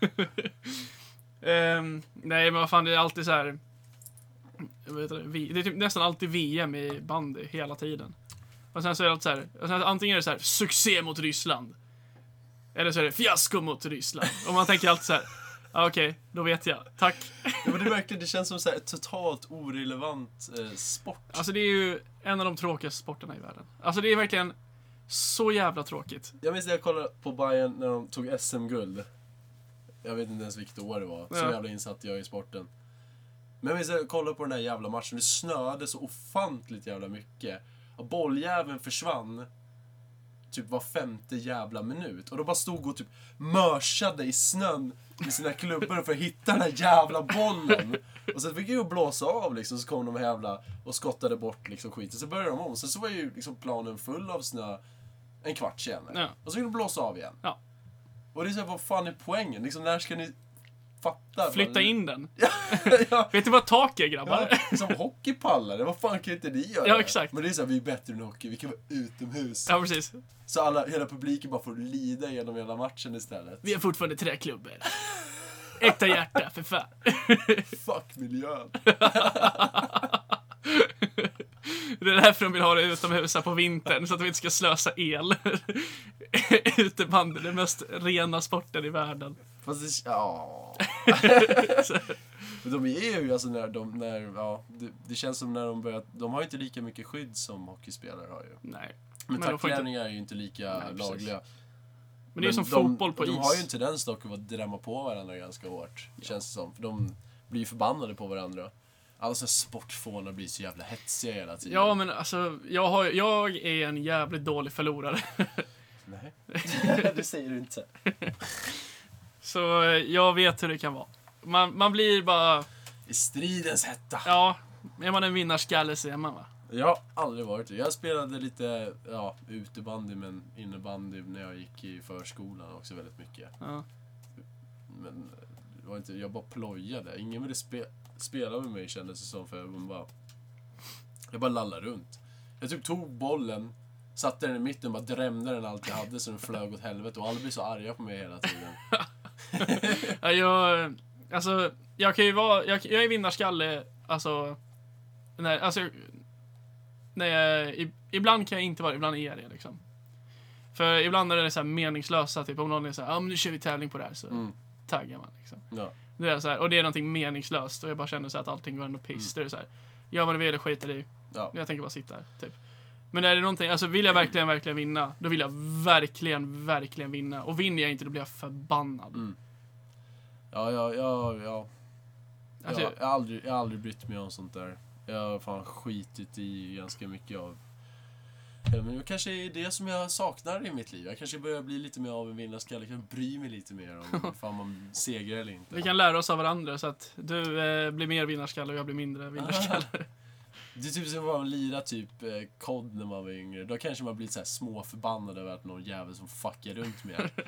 Speaker 2: gjorde.
Speaker 1: Ehm, nej, men vad fan, det är alltid så här. Jag vet inte, vi- det är typ nästan alltid VM i bandy hela tiden. Och sen så är det alltid så här, och sen, antingen är det så här, succé mot Ryssland. Eller så är det fiasko mot Ryssland. Och man tänker alltid så här, ah, okej, då vet jag. Tack.
Speaker 2: Ja, men det, är verkligen, det känns som så här, ett totalt orelevant eh, sport.
Speaker 1: Alltså det är ju en av de tråkigaste sporterna i världen. Alltså det är verkligen så jävla tråkigt.
Speaker 2: Jag minns när jag kollade på Bayern när de tog SM-guld. Jag vet inte ens vilket år det var. Så
Speaker 1: Ja.
Speaker 2: jävla insatt jag är i sporten. Men jag minns när jag kollade på den här jävla matchen. Det snöade så ofantligt jävla mycket. Och bolljäveln försvann typ var femte jävla minut. Och de bara stod och typ mörsade i snön med sina klubbor för att hitta den här jävla bollen. Och sen fick jag ju blåsa av liksom, så kom de här jävla och skottade bort liksom skiten. Så började de om. Sen så var ju liksom planen full av snö en kvart senare.
Speaker 1: Ja.
Speaker 2: Och så fick de blåsa av igen.
Speaker 1: Ja.
Speaker 2: Och det är såhär, vad fan är poängen? Liksom, när ska ni fatta?
Speaker 1: Flytta in den.
Speaker 2: ja.
Speaker 1: Vet du vad tak är grabbar?
Speaker 2: Ja, som hockeypallare, vad fan kan inte ni göra?
Speaker 1: Ja, exakt.
Speaker 2: Men det är såhär, vi är bättre än hockey, vi kan vara utomhus.
Speaker 1: Ja, precis.
Speaker 2: Så alla, hela publiken bara får lida genom hela matchen istället.
Speaker 1: Vi har fortfarande träklubbor. Äkta hjärta, för fan.
Speaker 2: Fuck miljön.
Speaker 1: Det är därför de vill ha det utomhus här på vintern, så att de inte ska slösa el. Utebandy, den mest rena sporten i världen.
Speaker 2: Fast det, ja. Men de är ju alltså när de, när, ja, det, det känns som när de börjar, de har ju inte lika mycket skydd som hockeyspelare har ju.
Speaker 1: Nej.
Speaker 2: Men,
Speaker 1: Men de får inte-
Speaker 2: tacklingar är ju inte lika
Speaker 1: Nej, precis.
Speaker 2: lagliga.
Speaker 1: Men det är ju som
Speaker 2: de,
Speaker 1: fotboll på
Speaker 2: de
Speaker 1: is.
Speaker 2: De har ju en tendens dock att vara- drämma på varandra ganska hårt, känns det som. För de blir ju förbannade på varandra. Alla såna här sportfånar blir så jävla hetsiga hela tiden.
Speaker 1: Ja, men alltså, jag, har, jag är en jävligt dålig förlorare.
Speaker 2: Nej. det säger du inte.
Speaker 1: Så eh, jag vet hur det kan vara. Man, man blir bara,
Speaker 2: I stridens hetta.
Speaker 1: ja, är man en vinnarskalle så är man va?
Speaker 2: Jag har aldrig varit det. Jag spelade lite ja, utebandy men innebandy när jag gick i förskolan också väldigt mycket.
Speaker 1: Ja.
Speaker 2: Men det var inte, jag bara plojade. Ingen ville spe, spela med mig kändes det som för jag bara... Jag bara lallade runt. Jag typ tog bollen, satte den i mitten och bara drämde den allt jag hade så den flög åt helvete och alla blev så arga på mig hela tiden.
Speaker 1: Ja, jag, alltså, jag kan ju vara, jag, jag är vinnarskalle, alltså, när, alltså, när jag, i- ibland kan jag inte vara det, ibland är jag det liksom. För ibland är det så här meningslösa, typ om någon är så här, ah, men nu kör vi tävling på det här, så
Speaker 2: Mm.
Speaker 1: taggar man liksom.
Speaker 2: Ja.
Speaker 1: Det är så här, och det är någonting meningslöst och jag bara känner så här att allting går ändå piss. Det
Speaker 2: Mm.
Speaker 1: är så här, gör vad du vill och skiter i.
Speaker 2: Ja.
Speaker 1: Jag tänker bara sitta här, typ. Men är det någonting, alltså vill jag verkligen, verkligen vinna, då vill jag verkligen, verkligen vinna. Och vinner jag inte, då blir jag förbannad.
Speaker 2: Mm. Ja, ja, ja, ja.
Speaker 1: Alltså,
Speaker 2: jag, jag, har aldrig, jag har aldrig brytt mig om sånt där. Jag har fan skitit i ganska mycket av... Ja, men det kanske är det som jag saknar i mitt liv. Jag kanske börjar bli lite mer av en vinnarskalle. Jag kan bry mig lite mer om fan man segrar eller inte.
Speaker 1: vi kan lära oss av varandra så att du eh, blir mer vinnarskalle och jag blir mindre vinnarskalle.
Speaker 2: Det är typ som att man lirar typ eh, kod när man var yngre. Då kanske man blir så här småförbannad över att någon jävel som fuckar runt med en.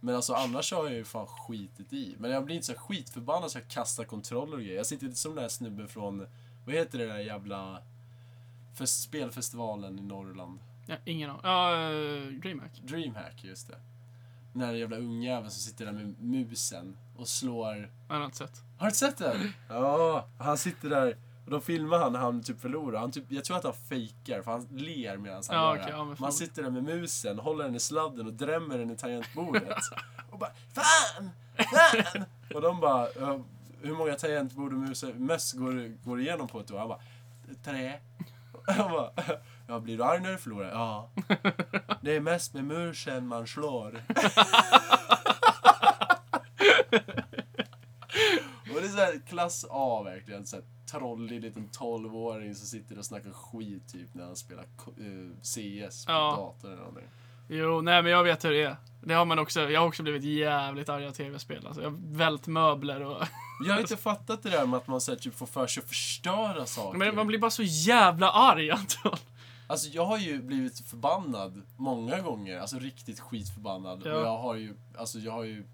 Speaker 2: Men alltså annars har jag ju fan skitit i. Men jag blir inte så skitförbannad så jag kastar kontroller och grejer. Jag sitter inte som den här snubben från, vad heter det där jävla för spelfestivalen i Norrland?
Speaker 1: Ja, ingen aning. Ja, eh, DreamHack.
Speaker 2: Dreamhack, just det. Den här jävla ungjäveln som sitter där med musen och slår
Speaker 1: Annat sätt.
Speaker 2: har du inte sett den? Ja, han sitter där och de filmar han när han typ förlorar. Han typ, jag tror att han fejkar för han ler medan han
Speaker 1: Ja,
Speaker 2: gör
Speaker 1: okej,
Speaker 2: det.
Speaker 1: ja, men
Speaker 2: man
Speaker 1: förlåt.
Speaker 2: sitter där med musen, håller den i sladden och drämmer den i tangentbordet. och bara FAN! FAN! och de bara, "Ja, hur många tangentbord och mus- möss går, går igenom på ett år? Han bara, tre. Han bara, ja blir du arg när du förlorar? Ja. Det är mest med musen man slår. Och det är så här klass A verkligen. Så här trollig liten 12-åring som sitter och snackar skit typ när han spelar K- eh, CS på
Speaker 1: Ja.
Speaker 2: datorn eller någonting.
Speaker 1: Jo, nej men jag vet hur det är. Det har man också, jag har också blivit jävligt arg av tv-spel. Alltså, jag har vält möbler och...
Speaker 2: Jag har inte fattat det där med att man så här, typ får för sig att förstöra saker.
Speaker 1: Men man blir bara så jävla arg, Anton.
Speaker 2: Alltså jag har ju blivit förbannad många gånger. Alltså riktigt skitförbannad.
Speaker 1: Ja.
Speaker 2: Och jag har ju, alltså jag har ju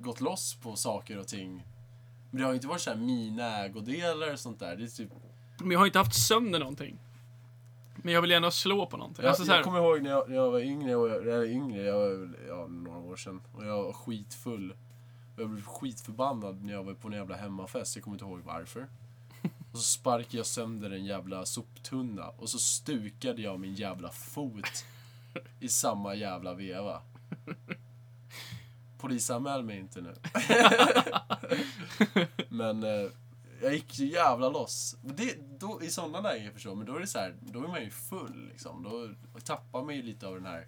Speaker 2: gått loss på saker och ting. Men det har ju inte varit så här mina ägodelar och sånt där. Det är typ
Speaker 1: Men jag har inte haft sönder någonting. Men jag vill gärna slå på någonting.
Speaker 2: Jag,
Speaker 1: alltså, så här,
Speaker 2: jag kommer ihåg när jag, när jag var yngre, och jag, eller yngre, jag var väl, ja, några år sedan, och jag var skitfull. Och jag blev skitförbannad när jag var på en jävla hemmafest, jag kommer inte ihåg varför. Och så sparkade jag sönder en jävla soptunna och så stukade jag min jävla fot i samma jävla veva. Polisanmäl mig inte nu. Men eh, jag gick så jävla loss. Men Det, då, I sådana lägen jag förstår men då är det så här, då är man ju full liksom. Då tappar man ju lite av den här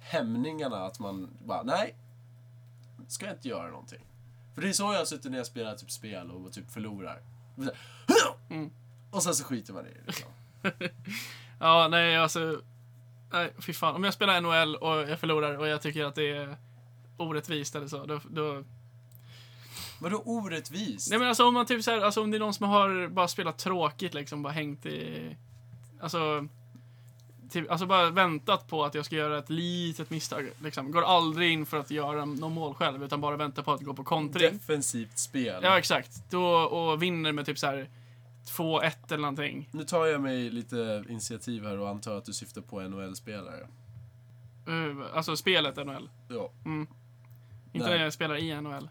Speaker 2: hämningarna att man bara, nej, ska jag inte göra någonting. För det är så jag har suttit när jag spelar typ spel och typ förlorar. Och så här,
Speaker 1: Mm.
Speaker 2: Och sen så skiter man i det liksom.
Speaker 1: Ja, nej alltså. Nej, fy fan. Om jag spelar NHL och jag förlorar och jag tycker att det är orättvist eller så, då... då...
Speaker 2: Vadå orättvist?
Speaker 1: Nej men alltså om man typ så här, alltså om det är någon som har bara spelat tråkigt liksom, bara hängt i... Alltså... Typ, alltså bara väntat på att jag ska göra ett litet misstag. Liksom. Går aldrig in för att göra någon mål själv, utan bara väntar på att gå på kontring.
Speaker 2: Defensivt spel.
Speaker 1: Ja, exakt. Då, och vinner med typ så här 2-1 eller någonting.
Speaker 2: Nu tar jag mig lite initiativ här och antar att du syftar på NHL-spelare.
Speaker 1: Uh, alltså spelet NHL.
Speaker 2: Ja.
Speaker 1: Inte
Speaker 2: Nej.
Speaker 1: när jag spelar i NHL.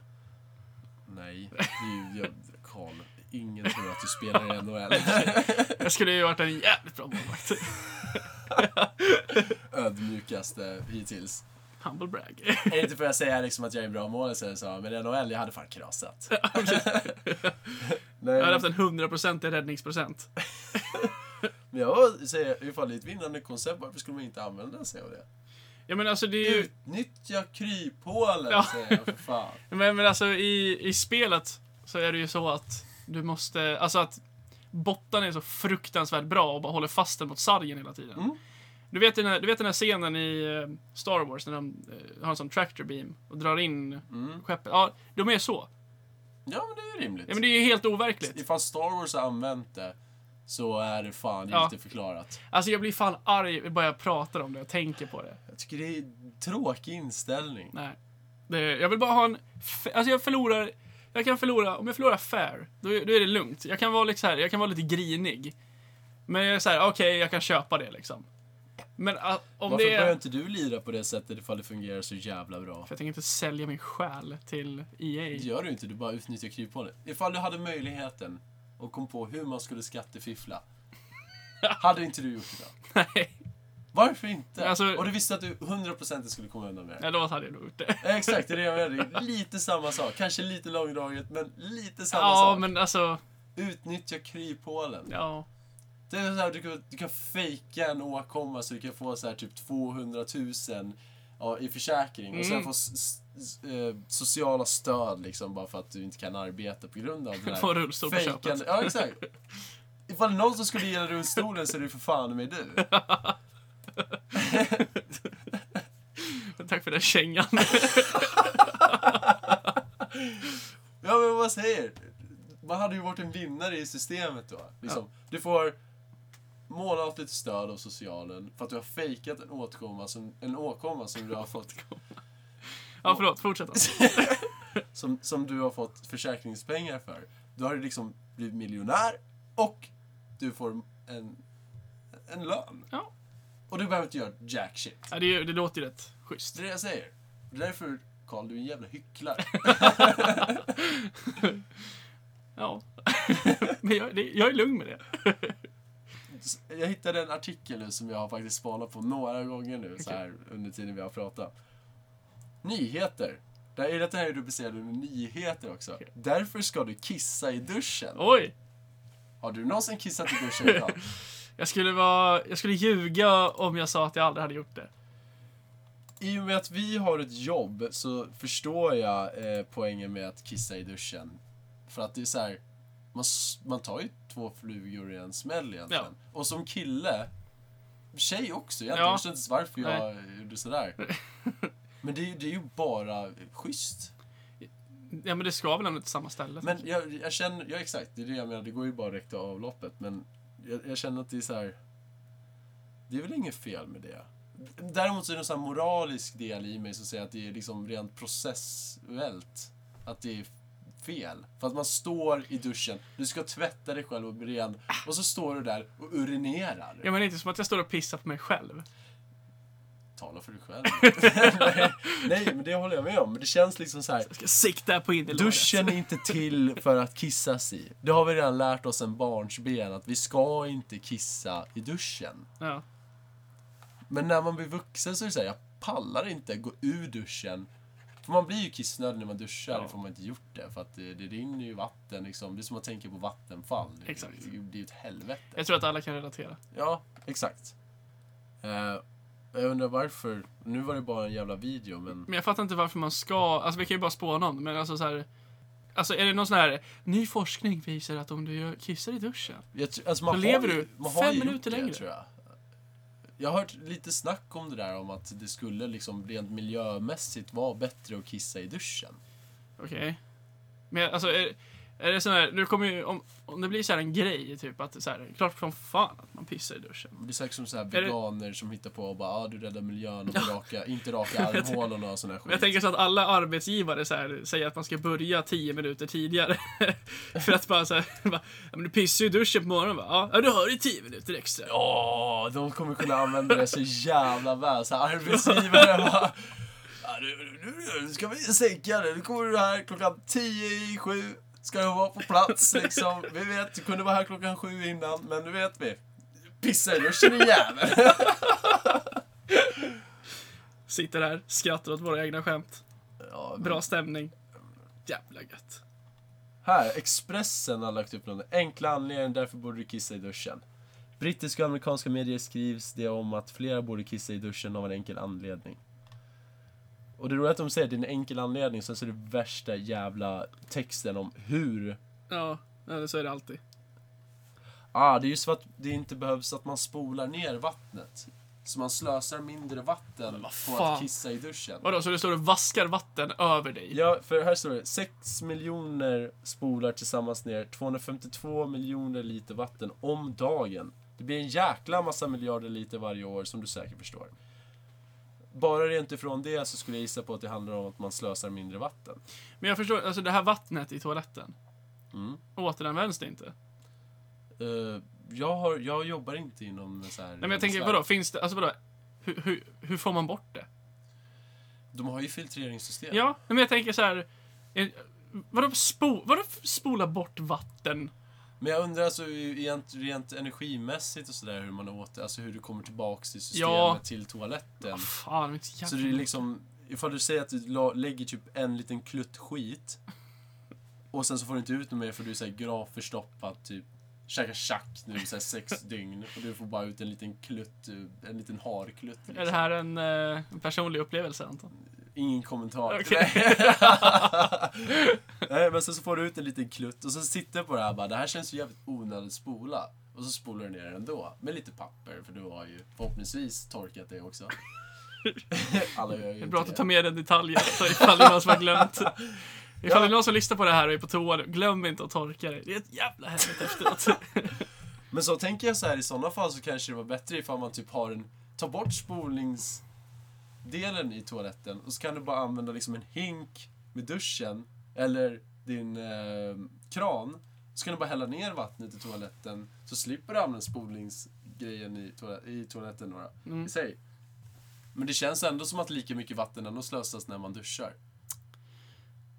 Speaker 2: Nej, det är ju... jag- Karl, ingen tror att du spelar i NHL.
Speaker 1: Jag skulle ju varit en jävligt bra målvakt.
Speaker 2: Ödmjukaste hittills.
Speaker 1: Humble brag.
Speaker 2: Är det inte för att säga liksom att jag är en bra målis eller så, men i NHL, jag hade fan krossat. Nej,
Speaker 1: Jag hade haft en 100% i räddningsprocent.
Speaker 2: men jag säger ifall det är ett vinnande koncept, varför skulle man inte använda sig av det?
Speaker 1: Ja men alltså det är ju...
Speaker 2: Utnyttja kryphålen,
Speaker 1: Ja.
Speaker 2: säger jag för fan.
Speaker 1: Men, men alltså i, i spelet så är det ju så att du måste... Alltså att bottarna är så fruktansvärt bra och bara håller fast den mot sargen hela tiden.
Speaker 2: Mm.
Speaker 1: Du, vet den här, du vet den här scenen i eh, Star Wars när de eh, har en sån tractor beam och drar in
Speaker 2: Mm.
Speaker 1: skeppet? Ja, de är så.
Speaker 2: Ja, men det är ju rimligt.
Speaker 1: Ja, men det är ju helt overkligt.
Speaker 2: Ifall Star Wars har använt det, så är det fan
Speaker 1: Ja.
Speaker 2: inte förklarat.
Speaker 1: Alltså jag blir fan arg bara jag pratar om det och tänker på det.
Speaker 2: Jag tycker det är en tråkig inställning.
Speaker 1: Nej. Det, jag vill bara ha en... f- Alltså jag förlorar... Jag kan förlora... Om jag förlorar fair, då, är- då är det lugnt. Jag kan vara lite så här, jag kan vara lite grinig. Men jag är så här, okej, jag kan köpa det liksom. Men ah, om
Speaker 2: Varför
Speaker 1: det är...
Speaker 2: börjar
Speaker 1: För
Speaker 2: inte du lira på det sättet ifall det fungerar så jävla bra?
Speaker 1: jag tänker inte sälja min själ till E EA.
Speaker 2: Det gör du inte, du bara utnyttjar kryphålet. Ifall du hade möjligheten och kom på hur man skulle skattefiffla, hade inte du gjort det då?
Speaker 1: Nej.
Speaker 2: Varför inte?
Speaker 1: Alltså-
Speaker 2: och du visste att du 100% skulle komma undan med det.
Speaker 1: Nej, då hade jag nog gjort det.
Speaker 2: Exakt, det är det jag menar. Det är Lite samma sak. Kanske lite långdraget, men lite samma
Speaker 1: Ja,
Speaker 2: sak.
Speaker 1: men alltså,
Speaker 2: Utnyttja kryphålen.
Speaker 1: ja.
Speaker 2: Det är så här, du, kan, du kan fejka en åkomma så du kan få så här, typ 200 000 ja, i försäkring och sen
Speaker 1: Mm.
Speaker 2: få s- s- s- eh, sociala stöd liksom bara för att du inte kan arbeta på grund av den
Speaker 1: Få
Speaker 2: här
Speaker 1: en rullstol på köpet.
Speaker 2: fejkande... Ja, exakt. Ifall någon som skulle gilla rullstolen så är det för fan med du.
Speaker 1: Tack för den kängan.
Speaker 2: Ja men vad säger Man hade ju varit en vinnare i systemet då. Liksom, Du får månatligt stöd av socialen för att du har fejkat en åkomma som, en åkomma som du har fått
Speaker 1: Ja, förlåt. Fortsätt. alltså.
Speaker 2: som, som du har fått försäkringspengar för. Du har ju liksom blivit miljonär och du får en, en lön.
Speaker 1: Ja.
Speaker 2: Och du behöver inte göra jack shit.
Speaker 1: Ja, det, är ju- det låter ju rätt schysst.
Speaker 2: Det är det jag säger. Det är Därför, Karl, du är en jävla hycklare.
Speaker 1: Ja. Men jag, det, jag är lugn med det.
Speaker 2: Jag hittade en artikel nu som jag har faktiskt spanat på några gånger nu så
Speaker 1: Okej.
Speaker 2: här under tiden vi har pratat. Nyheter. Det här, detta här är rubricerat under nyheter också.
Speaker 1: Okej.
Speaker 2: Därför ska du kissa i duschen.
Speaker 1: Oj!
Speaker 2: Har du någonsin kissat i duschen idag?
Speaker 1: Jag skulle, vara, jag skulle ljuga om jag sa att jag aldrig hade gjort det.
Speaker 2: I och med att vi har ett jobb så förstår jag eh, poängen med att kissa i duschen. För att det är så här, man, s- man tar ju två flugor i en smäll egentligen. Och som kille, tjej också egentligen,
Speaker 1: Ja.
Speaker 2: jag förstår inte ens varför jag gjorde sådär. Men det, är ju- det är ju bara schysst.
Speaker 1: Ja, men det ska väl ändå till samma ställe.
Speaker 2: Men jag, jag känner, ja exakt, det är det jag menar, det går ju bara direkt till avloppet. Men jag, jag känner att det är så här. det är väl inget fel med det. Däremot så är det en sån här moralisk del i mig som säger att det är liksom rent processuellt. Att det är fel. För att man står i duschen, du ska tvätta dig själv och bli ren och så står du där och urinerar.
Speaker 1: Ja, men det är inte som att jag står och pissar på mig själv.
Speaker 2: Tala för dig själv. Nej, men det håller jag med om. Men det känns liksom så här.
Speaker 1: Jag ska sikta på innerlåret.
Speaker 2: Duschen är inte till för att kissas i. Det har vi redan lärt oss en barnsben att vi ska inte kissa i duschen.
Speaker 1: Ja.
Speaker 2: Men när man blir vuxen så är det så här, jag pallar inte gå ur duschen. För man blir ju kissnödig när man duschar,
Speaker 1: Ja.
Speaker 2: för man inte gjort det. För att det, det rinner ju vatten liksom. Det är som att tänka på vattenfall. Det-
Speaker 1: Exakt.
Speaker 2: Det, det är ju ett helvete.
Speaker 1: Jag tror att alla kan relatera.
Speaker 2: Ja, exakt. Eh, jag undrar varför. Nu var det bara en jävla video, men...
Speaker 1: Men jag fattar inte varför man ska... Alltså vi kan ju bara spåna om det, men alltså så här... Alltså är det någon sån här... Ny forskning visar att om du gör- kissar i duschen.
Speaker 2: Jag, tr- alltså man
Speaker 1: Så
Speaker 2: har
Speaker 1: lever
Speaker 2: ju-
Speaker 1: du
Speaker 2: man har ju
Speaker 1: fem
Speaker 2: gjort
Speaker 1: minuter
Speaker 2: det,
Speaker 1: längre.
Speaker 2: Tror jag. jag har hört lite snack om det där om att det skulle liksom rent miljömässigt vara bättre att kissa i duschen.
Speaker 1: Okej. Men alltså är, är det sån här... Nu kommer ju... Om, om det blir så här en grej, typ att så här... Klart som fan att man pissar i duschen.
Speaker 2: Det är säkert som så här
Speaker 1: det-
Speaker 2: veganer som hittar på och bara ah, du räddar miljön och raka, inte raka armhålorna och sån här
Speaker 1: Men jag
Speaker 2: skit.
Speaker 1: tänker så att alla arbetsgivare så här, säger att man ska börja 10 minuter tidigare. För att bara så här, bara, ja, men du pissar ju i duschen på morgonen va? Ja, Ja, du har ju 10 minuter extra.
Speaker 2: Åh, de kommer kunna använda det så jävla väl. Så här, arbetsgivare bara ah, du, du, du, du ska vi sänka det. Nu kommer du här klockan tio i sju. Ska du vara på plats liksom. Vi vet, du kunde vara här klockan sju innan, men nu vet vi. Pissa i duschen din jävel.
Speaker 1: Sitter här, skrattar åt våra egna skämt.
Speaker 2: Ja,
Speaker 1: Bra stämning. Jävla gött.
Speaker 2: Här, Expressen har lagt upp någon enkla anledningen därför borde du kissa i duschen. Brittiska och amerikanska medier skrivs det om att flera borde kissa i duschen av en enkel anledning. Och det roliga är att de säger att det är en enkel anledning, sen så är det värsta jävla texten om hur...
Speaker 1: Ja, ja, så är det alltid.
Speaker 2: Ah, det är ju så att det inte behövs att man spolar ner vattnet. Så man slösar mindre vatten på att
Speaker 1: fan?
Speaker 2: kissa i duschen.
Speaker 1: Vadå, så det står och vaskar vatten över dig?
Speaker 2: Ja, för här står det 6 miljoner spolar tillsammans ner 252 miljoner liter vatten om dagen. Det blir en jäkla massa miljarder liter varje år som du säkert förstår. Bara rent ifrån det så skulle jag gissa på att det handlar om att man slösar mindre vatten.
Speaker 1: Men jag förstår, alltså det här vattnet i toaletten,
Speaker 2: Mm.
Speaker 1: återanvänds det inte? Nej
Speaker 2: Eh, jag, har, jag jobbar inte inom så här... Nej,
Speaker 1: men jag tänker, vadå, finns det, alltså vadå, hur, hur, hur får man bort det?
Speaker 2: De har ju filtreringssystem.
Speaker 1: Ja, nej, men jag tänker så här, eh, vadå, spo, vadå f- spola bort vatten?
Speaker 2: Men jag undrar alltså ju rent, rent energimässigt och sådär hur man åter, alltså hur du kommer tillbaks till systemet
Speaker 1: Ja.
Speaker 2: till toaletten.
Speaker 1: Vad fan, det är så
Speaker 2: Så
Speaker 1: jävla...
Speaker 2: det är liksom, ifall du säger att du la, lägger typ en liten klutt skit och sen så får du inte ut något mer för du är såhär gravt förstoppad, typ käkar tjack nu såhär sex dygn och du får bara ut en liten klutt, eh, en liten harklutt. Liksom.
Speaker 1: Är det här en, eh, en personlig upplevelse Anton?
Speaker 2: Ingen kommentar. till
Speaker 1: Okej.
Speaker 2: det. Nej, men sen så får du ut en liten klutt och så sitter du på det här och bara, det här känns ju jävligt onödigt att spola. Och så spolar du ner den ändå, med lite papper, för du har ju förhoppningsvis torkat det också. Alla gör ju
Speaker 1: Det är bra att
Speaker 2: inte
Speaker 1: du tar med den detaljen så ifall det är någon som har glömt. Ifall det är någon som lyssnar på det här och är på toa, glöm inte att torka dig. Det är ett jävla helvete efteråt.
Speaker 2: Men så tänker jag så här, i sådana fall så kanske det var bättre ifall man typ har en, ta bort spolningsdelen i toaletten och så kan du bara använda liksom en hink med duschen eller din eh, kran. Så kan du bara hälla ner vattnet i toaletten så slipper du använda spolningsgrejen i, toal- i toaletten några,
Speaker 1: Mm.
Speaker 2: i sig. Men det känns ändå som att lika mycket vatten ändå slösas när man duschar.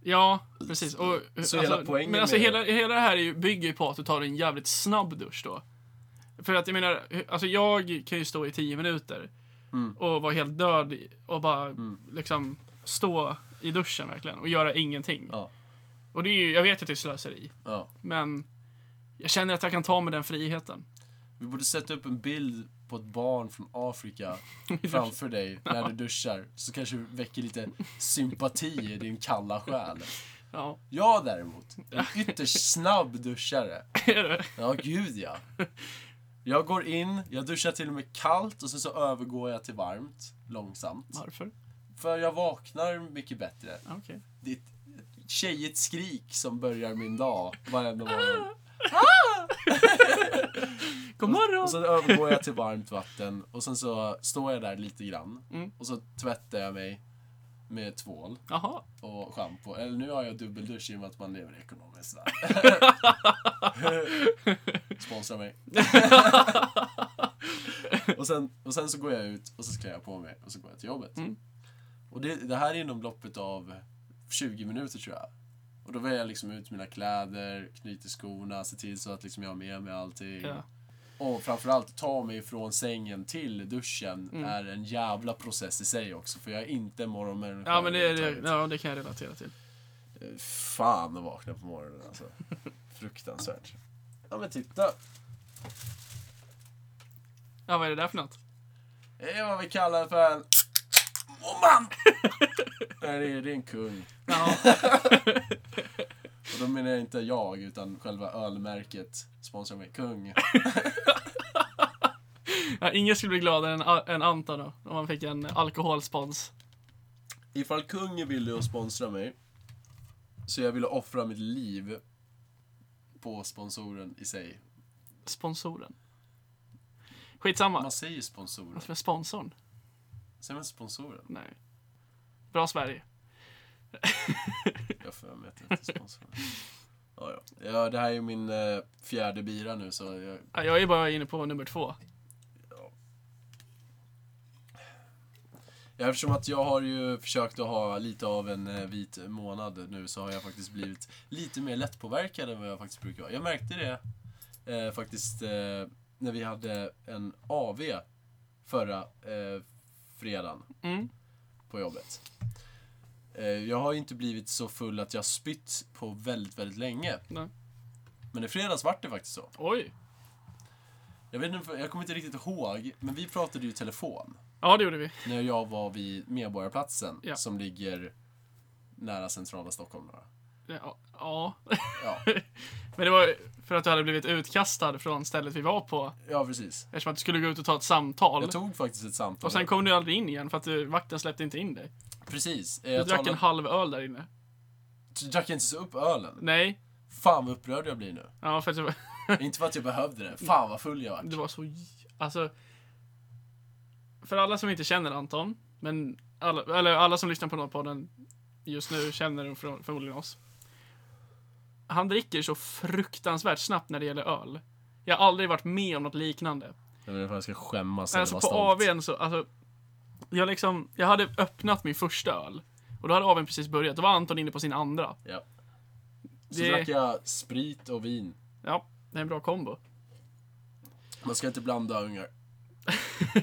Speaker 1: Ja, precis. Och,
Speaker 2: Så hela poängen
Speaker 1: men alltså
Speaker 2: med
Speaker 1: hela, hela det här är ju, bygger ju på att du tar en jävligt snabb dusch då. För att jag menar, alltså jag kan ju stå i 10 minuter
Speaker 2: Mm.
Speaker 1: och vara helt död i- och bara
Speaker 2: Mm.
Speaker 1: liksom stå i duschen verkligen och göra ingenting.
Speaker 2: Ja.
Speaker 1: Och det är ju, jag vet att det är slöseri,
Speaker 2: Ja.
Speaker 1: men jag känner att jag kan ta mig den friheten.
Speaker 2: Vi borde sätta upp en bild på ett barn från Afrika framför dig när du duschar. Så kanske du väcker lite sympati i din kalla själ.
Speaker 1: Ja,
Speaker 2: Jag däremot, en ytterst snabb duschare.
Speaker 1: är det?
Speaker 2: Ja, gud ja. Jag går in, jag duschar till och med kallt och sen så övergår jag till varmt långsamt.
Speaker 1: Varför?
Speaker 2: För jag vaknar mycket bättre.
Speaker 1: Ja, Okej.
Speaker 2: Det är ett ett tjejigt skrik som börjar min dag varenda morgon.
Speaker 1: God
Speaker 2: Och
Speaker 1: morgon!
Speaker 2: sen övergår jag till varmt vatten och sen så står jag där lite grann.
Speaker 1: Mm.
Speaker 2: Och så tvättar jag mig med tvål
Speaker 1: Jaha,
Speaker 2: och schampo. Eller nu har jag dubbeldusch i och med att man lever ekonomiskt. va? Sponsra mig. och, sen, och sen så går jag ut och så klär jag på mig och så går jag till jobbet.
Speaker 1: Mm.
Speaker 2: Och det, det här är inom loppet av 20 minuter tror jag. Och då väljer jag liksom ut mina kläder, knyter skorna, ser till så att liksom jag har med mig allting.
Speaker 1: ja.
Speaker 2: Och framförallt ta mig från sängen till duschen
Speaker 1: Mm.
Speaker 2: är en jävla process i sig också. För jag är inte en morgonmänniska.
Speaker 1: ja men det, det,
Speaker 2: överhuvudtaget.
Speaker 1: ja, det kan jag relatera till.
Speaker 2: Fan att vakna på morgonen alltså. Fruktansvärt. Ja men titta.
Speaker 1: Ja, vad är det där för något?
Speaker 2: Det är vad vi kallar för en... Åh man! Nej, det är, det är en kung.
Speaker 1: Ja,
Speaker 2: Och då menar jag inte jag, utan själva ölmärket. Sponsrar mig. Kung.
Speaker 1: ja, ingen skulle bli gladare än, A- än Anton då, om man fick en alkoholspons.
Speaker 2: Ifall kung är villig att sponsra mig, så jag vill offra mitt liv på sponsoren i sig.
Speaker 1: Sponsoren. Skitsamma.
Speaker 2: Man säger sponsoren.
Speaker 1: Vad ska sponsorn?
Speaker 2: Säger man sponsoren?
Speaker 1: Nej. Bra Sverige.
Speaker 2: Jag har för mig att det inte är sponsoren. Ja, ja. ja, det här är ju min eh, fjärde bira nu, så jag
Speaker 1: Ja, jag är bara inne på nummer två.
Speaker 2: Ja, Eftersom att jag har ju försökt att ha lite av en eh, vit månad nu så har jag faktiskt blivit lite mer lättpåverkad än vad jag faktiskt brukar vara. Jag märkte det eh, faktiskt eh, när vi hade en AV förra eh, fredagen
Speaker 1: Mm.
Speaker 2: på jobbet. Eh, jag har ju inte blivit så full att jag spytt på väldigt, väldigt länge.
Speaker 1: Nej.
Speaker 2: Men i fredags vart det faktiskt så.
Speaker 1: Oj.
Speaker 2: Jag, vet inte, jag kommer inte riktigt ihåg, men vi pratade ju i telefon.
Speaker 1: Ja, det gjorde vi.
Speaker 2: när jag var vid Medborgarplatsen
Speaker 1: Ja.
Speaker 2: som ligger nära centrala Stockholm. då.
Speaker 1: Ja, ja.
Speaker 2: Ja,
Speaker 1: Men det var för att du hade blivit utkastad från stället vi var på.
Speaker 2: ja precis.
Speaker 1: Eftersom att du skulle gå ut och ta ett samtal.
Speaker 2: Jag tog faktiskt ett samtal.
Speaker 1: Och sen kom du aldrig in igen för att eh, vakten släppte inte in dig.
Speaker 2: Precis. Eh,
Speaker 1: Du
Speaker 2: Jag
Speaker 1: drack en
Speaker 2: talade...
Speaker 1: halv öl där inne.
Speaker 2: drack inte så upp ölen.
Speaker 1: Nej.
Speaker 2: Fan vad upprörd jag blir nu.
Speaker 1: Ja, för att jag-
Speaker 2: inte för att jag behövde det. Fan vad full jag var.
Speaker 1: Det var så... j- Alltså... För alla som inte känner Anton, men alla, eller alla som lyssnar på den här podden just nu känner för, förmodligen oss. Han dricker så fruktansvärt snabbt när det gäller öl. Jag har aldrig varit med om något liknande.
Speaker 2: Jag vet inte jag ska skämmas
Speaker 1: Alltså på AWn så, alltså. Jag liksom, jag hade öppnat min första öl. Och då hade AWn precis börjat. Då var Anton inne på sin andra.
Speaker 2: Ja. Så
Speaker 1: Det-
Speaker 2: drack jag sprit och vin.
Speaker 1: Ja. Det är en bra kombo.
Speaker 2: Man ska inte blanda ungar. Det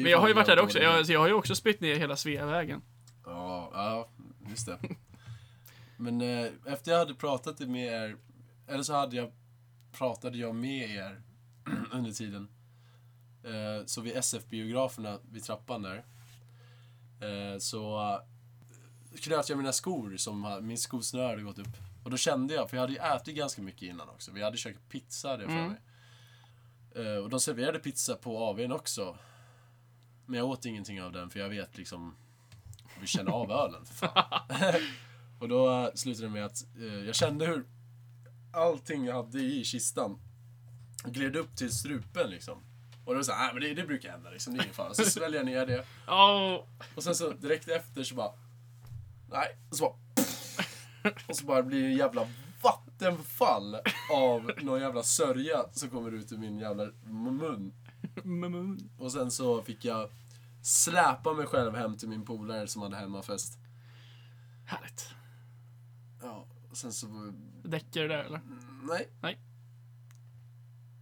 Speaker 2: är
Speaker 1: Men jag har ju
Speaker 2: fan
Speaker 1: varit där
Speaker 2: jävligt
Speaker 1: också.
Speaker 2: dåligt.
Speaker 1: Jag, så jag har ju också spytt ner hela Sveavägen.
Speaker 2: Ja, ja, just det. Men eh, efter jag hade pratat med er, eller så hade jag, pratade jag med er under tiden. Eh, så vid SF-biograferna vid trappan där, eh, så eh, knöt jag mina skor, som ha- min skosnöre hade gått upp. Och då kände jag, för jag hade ju ätit ganska mycket innan också. Vi hade käkat pizza, hade jag för
Speaker 1: Mm.
Speaker 2: mig. Eh, och de serverade pizza på AWn också. Men jag åt ingenting av den, för jag vet liksom vi känner av ölen, för fan. och då eh, slutade det med att eh, jag kände hur allting jag hade i kistan gled upp till strupen liksom. Och det var såhär, nej men det, det brukar hända liksom, det är ingen fara. Så sväljer jag ner det.
Speaker 1: Åh!
Speaker 2: Och sen så direkt efter så bara, nej. Och så bara, och så bara blir det en jävla vattenfall av någon jävla sörja som kommer ut ur min jävla mun.
Speaker 1: Mm.
Speaker 2: Och sen så fick jag släpa mig själv hem till min polare som hade hemmafest.
Speaker 1: Härligt.
Speaker 2: Ja, och sen så
Speaker 1: Däckar du där eller?
Speaker 2: Nej.
Speaker 1: Nej.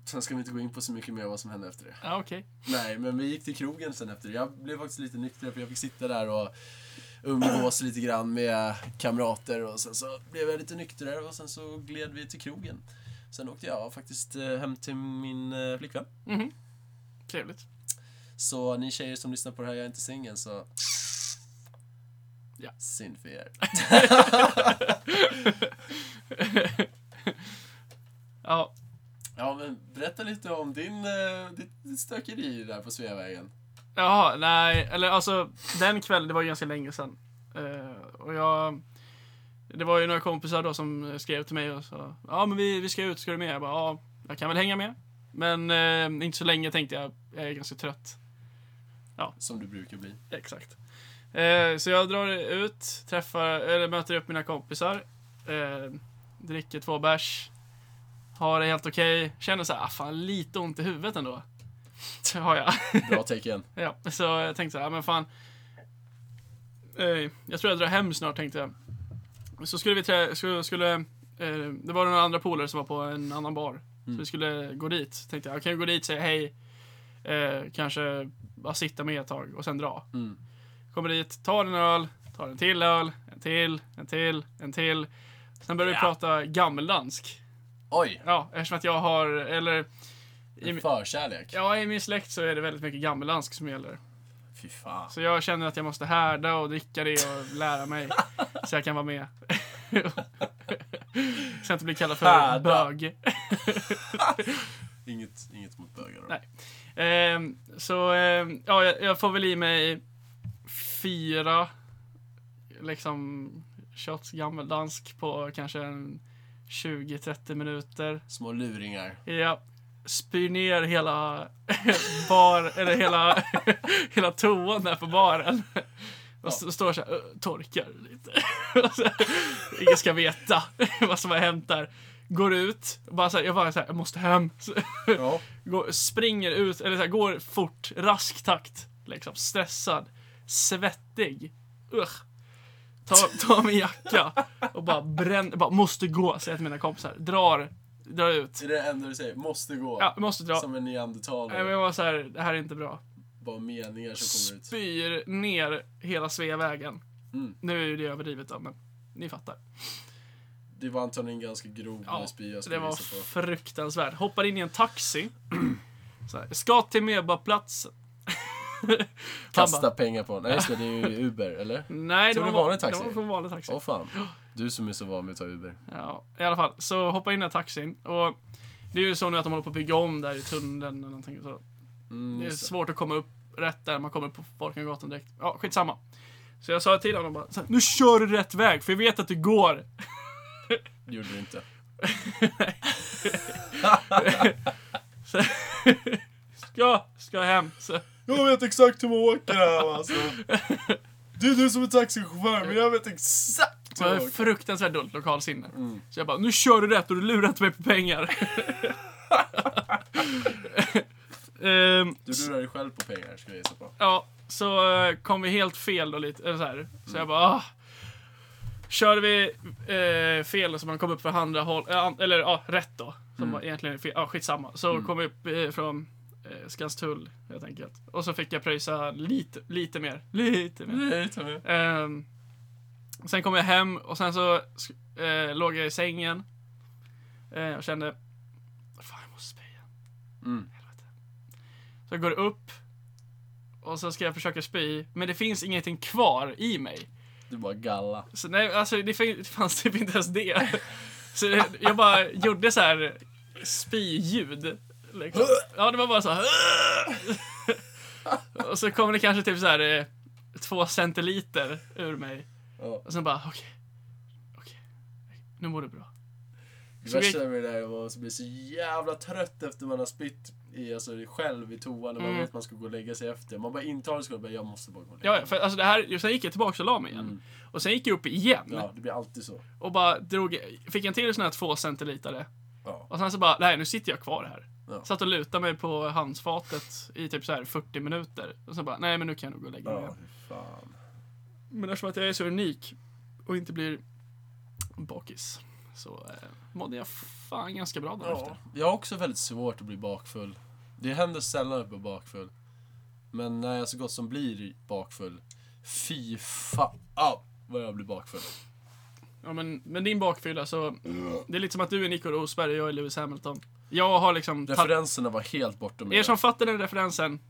Speaker 2: Sen ska vi inte gå in på så mycket mer vad som hände efter det.
Speaker 1: Ja, okej.
Speaker 2: Nej, men vi gick till krogen sen efter det. Jag blev faktiskt lite nykter för jag fick sitta där och umgås lite grann med kamrater och sen så blev jag lite nyktrare och sen så gled vi till krogen. Sen åkte jag faktiskt eh, hem till min eh, flickvän.
Speaker 1: Mhm. Trevligt.
Speaker 2: Så ni tjejer som lyssnar på det här, jag är inte singel så...
Speaker 1: Ja.
Speaker 2: Synd för er.
Speaker 1: Ja,
Speaker 2: Ja, men berätta lite om din, eh, ditt, ditt stökeri där på Sveavägen.
Speaker 1: Jaha, nej, eller alltså den kvällen, det var ju ganska länge sedan. Eh, och jag... Det var ju några kompisar då som skrev till mig och sa Ja men vi, vi ska ut, ska du med? Jag bara ja, jag kan väl hänga med. Men eh, inte så länge tänkte jag, jag är ganska trött.
Speaker 2: Som du brukar bli.
Speaker 1: Exakt. Eh, så jag drar ut, träffar, eller möter upp mina kompisar. Eh, dricker två bärs. Har det helt okej. Känner så här, ah, fan lite ont i huvudet ändå. Har jag.
Speaker 2: Bra tecken.
Speaker 1: Ja, så jag tänkte så här, men fan. Eh, jag tror jag drar hem snart tänkte jag. Så skulle vi trä, skulle, skulle eh, det var några andra polare som var på en annan bar.
Speaker 2: Mm.
Speaker 1: Så vi skulle gå dit. Tänkte jag, jag kan ju gå dit, säga hej. Eh, kanske bara sitta med ett tag och sen dra.
Speaker 2: Mm.
Speaker 1: Kommer dit, tar en öl, tar en till öl, en till, en till, en till. Sen börjar
Speaker 2: Ja.
Speaker 1: vi prata gammeldansk.
Speaker 2: Oj!
Speaker 1: Ja, eftersom att jag har, eller i,
Speaker 2: En förkärlek?
Speaker 1: ja, i min släkt så är det väldigt mycket gammeldansk som gäller.
Speaker 2: Fy fan.
Speaker 1: Så jag känner att jag måste härda och dricka det och lära mig så jag kan vara med. så jag inte blir kallad för
Speaker 2: Härda.
Speaker 1: bög.
Speaker 2: Inget, inget mot bögar då.
Speaker 1: Nej. Ehm, så ehm, ja, jag, jag får väl i mig fyra liksom shots gammeldansk på kanske en 20-30 minuter.
Speaker 2: Små luringar.
Speaker 1: Jag spyr ner hela bar, eller hela, hela toan där på baren. Och s- står så här, "Ö, torkar lite. Och så, ingen ska veta vad som har hänt där. Går ut, bara så här, jag bara så här, jag måste hem. Så,
Speaker 2: Ja.
Speaker 1: går, springer ut, eller så här, går fort, rask takt. Liksom, stressad, svettig. Ugh. Tar, tar min jacka och bara bränner, bara måste gå, säger jag till mina kompisar. Drar, drar ut.
Speaker 2: Det är det enda du säger. Måste gå.
Speaker 1: Ja, vi måste dra.
Speaker 2: Som en
Speaker 1: Nej, men
Speaker 2: neandertalare.
Speaker 1: jag var så här, det här är inte bra.
Speaker 2: Bara meningar som kommer ut.
Speaker 1: Spyr ner hela Sveavägen.
Speaker 2: Mm.
Speaker 1: Nu är ju det överdrivet då, men ni fattar.
Speaker 2: Det var antagligen ganska grov
Speaker 1: Ja,
Speaker 2: ja, spya
Speaker 1: Så
Speaker 2: skulle
Speaker 1: det
Speaker 2: jag
Speaker 1: var
Speaker 2: gissa på.
Speaker 1: fruktansvärt. Hoppar in i en taxi. Så här, ska till Medborgarplatsen. Han
Speaker 2: Kasta
Speaker 1: bara,
Speaker 2: pengar på Nej just det, det är ju Uber, eller?
Speaker 1: Nej, det
Speaker 2: Tog
Speaker 1: var,
Speaker 2: du
Speaker 1: van-
Speaker 2: vanlig taxi?
Speaker 1: det var från vanlig taxi.
Speaker 2: Åh fan. Du som är så van vid att ta Uber.
Speaker 1: Ja, i alla fall. Så hoppar in i den här taxin. Och det är ju så nu att de håller på att bygga om där i tunneln eller någonting. Så
Speaker 2: Mm,
Speaker 1: Det är
Speaker 2: just
Speaker 1: svårt att komma upp rätt där man kommer upp på Folkungagatan direkt. Ja, skitsamma. Så jag sa till honom bara, så här, nu kör du rätt väg för jag vet att du går.
Speaker 2: det gjorde du inte.
Speaker 1: Så, ska, ska hem. Så,
Speaker 2: Jag vet exakt hur man åker här alltså. Det är du som är taxichaufför, men jag vet exakt
Speaker 1: så jag har fruktansvärt dåligt lokalsinne. Så jag bara, nu kör du rätt och du lurar inte mig på pengar. Ehm,
Speaker 2: Du lurar dig själv på pengar, skulle jag gissa på.
Speaker 1: Ja, så eh, kom vi helt fel då lite. Eller så här. så jag bara ah, Kör vi eh, fel så man kommer upp från andra håll, eh, an- eller ja, rätt då. Som var egentligen är fel, ja skitsamma. Så kom jag upp eh, från eh, Skanstull helt enkelt. Och så fick jag pröjsa lite, lite mer. Lite mer.
Speaker 2: Nej, ta med.
Speaker 1: Ehm, sen kom jag hem och sen så sk- eh, låg jag i sängen. Eh, och kände, fan jag måste spy.
Speaker 2: Mm.
Speaker 1: Helvete. Så jag går upp och så ska jag försöka spy, men det finns ingenting kvar i mig.
Speaker 2: Du bara galla.
Speaker 1: Så nej, alltså det fin- det fanns typ inte ens det. Så jag- jag bara gjorde så här spy-ljud. Liksom. Ja, det var bara så här. Och så kom det kanske typ så här eh, två centiliter ur mig.
Speaker 2: Ja.
Speaker 1: Och sen bara, okej. okej. Nu mår du bra.
Speaker 2: Det
Speaker 1: Så vi-
Speaker 2: värsta med det där var att bli så jävla trött efter man har spytt i, alltså, själv i toan och man
Speaker 1: Mm.
Speaker 2: vet att man ska gå och lägga sig efter. Man bara intalar sig själv bara, jag måste bara gå och lägga
Speaker 1: Ja,
Speaker 2: mig.
Speaker 1: ja, för alltså det här, sen gick jag tillbaka och la mig igen.
Speaker 2: Mm.
Speaker 1: Och sen gick jag upp igen.
Speaker 2: ja, det blir alltid så.
Speaker 1: Och bara drog, fick en till sån här två centilitare.
Speaker 2: Ja.
Speaker 1: Och sen så bara, nej nu sitter jag kvar här.
Speaker 2: Ja.
Speaker 1: Satt och lutade mig på handsfatet i typ så här 40 minuter. Och sen bara, nej men nu kan jag nog gå och lägga mig
Speaker 2: Ja,
Speaker 1: igen.
Speaker 2: hur fan.
Speaker 1: Men eftersom att jag är så unik och inte blir bakis så eh, mådde jag fan ganska bra därefter.
Speaker 2: Ja. Jag har också väldigt svårt att bli bakfull. Det händer sällan att jag blir bakfull. Men när jag så gott som blir bakfull, fy fan vad jag blir bakfull.
Speaker 1: Ja, men, men din bakfylla så, det är lite som att du är Nico Rosberg och jag är Lewis Hamilton. Jag har liksom... Ta-
Speaker 2: Referenserna var helt bortom
Speaker 1: er som fattar den referensen,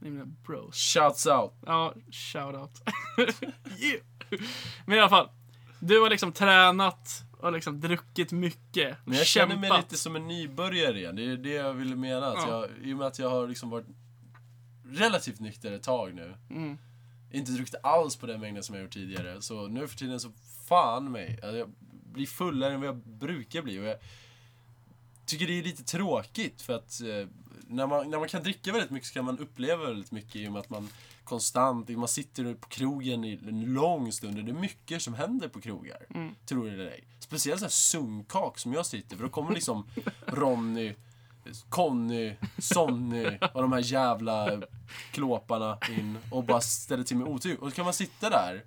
Speaker 1: ni är mina bros.
Speaker 2: Shouts out.
Speaker 1: Ja, shoutout. yeah. Men i alla fall. Du har liksom tränat och liksom druckit mycket.
Speaker 2: Men
Speaker 1: kämpat.
Speaker 2: jag känner mig lite som en nybörjare igen. Det är det jag ville mena. Att
Speaker 1: Ja.
Speaker 2: jag, I och med att jag har liksom varit relativt nykter ett tag nu.
Speaker 1: Mm.
Speaker 2: Inte druckit alls på den mängden som jag gjort tidigare. Så nu för tiden så fan mig. Alltså, jag blir fullare än vad jag brukar bli. Och jag tycker det är lite tråkigt för att eh, när man, när man kan dricka väldigt mycket så kan man uppleva väldigt mycket i och med att man konstant, man sitter på krogen i en lång stund och det är mycket som händer på krogar.
Speaker 1: Mm.
Speaker 2: Tror det eller ej. Speciellt sådana sunkak som jag sitter för då kommer liksom Ronny, Conny, Sonny och de här jävla klåparna in och bara ställer till med otur. Och så kan man sitta där,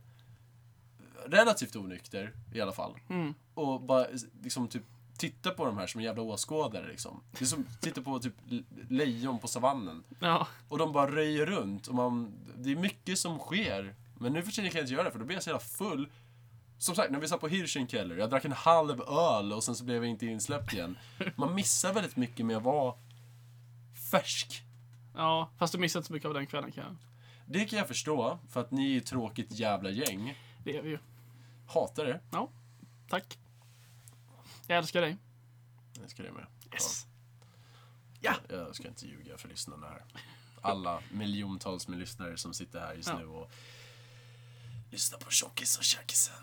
Speaker 2: relativt onykter i alla fall,
Speaker 1: Mm.
Speaker 2: och bara liksom typ titta på de här som en jävla åskådare liksom. Det är som att titta på typ le- lejon på savannen.
Speaker 1: Ja,
Speaker 2: Och de bara röjer runt och man, det är mycket som sker. Men nu för tiden kan jag inte göra det för då blir jag så jävla full. Som sagt, när vi satt på Hirschenkeller, jag drack en halv öl och sen så blev jag inte insläppt igen. Man missar väldigt mycket med att vara färsk.
Speaker 1: ja, fast du missade så mycket av den kvällen kan jag.
Speaker 2: Det kan jag förstå, för att ni är ju ett tråkigt jävla gäng.
Speaker 1: Det är vi ju.
Speaker 2: Hatar det.
Speaker 1: Tack. Jag älskar dig.
Speaker 2: Jag ska det med.
Speaker 1: Yes.
Speaker 2: Ja. Jag ska inte ljuga för lyssnarna här. Alla miljontals med lyssnare som sitter här just
Speaker 1: Ja.
Speaker 2: nu och lyssnar på Tjockis och Tjackisen.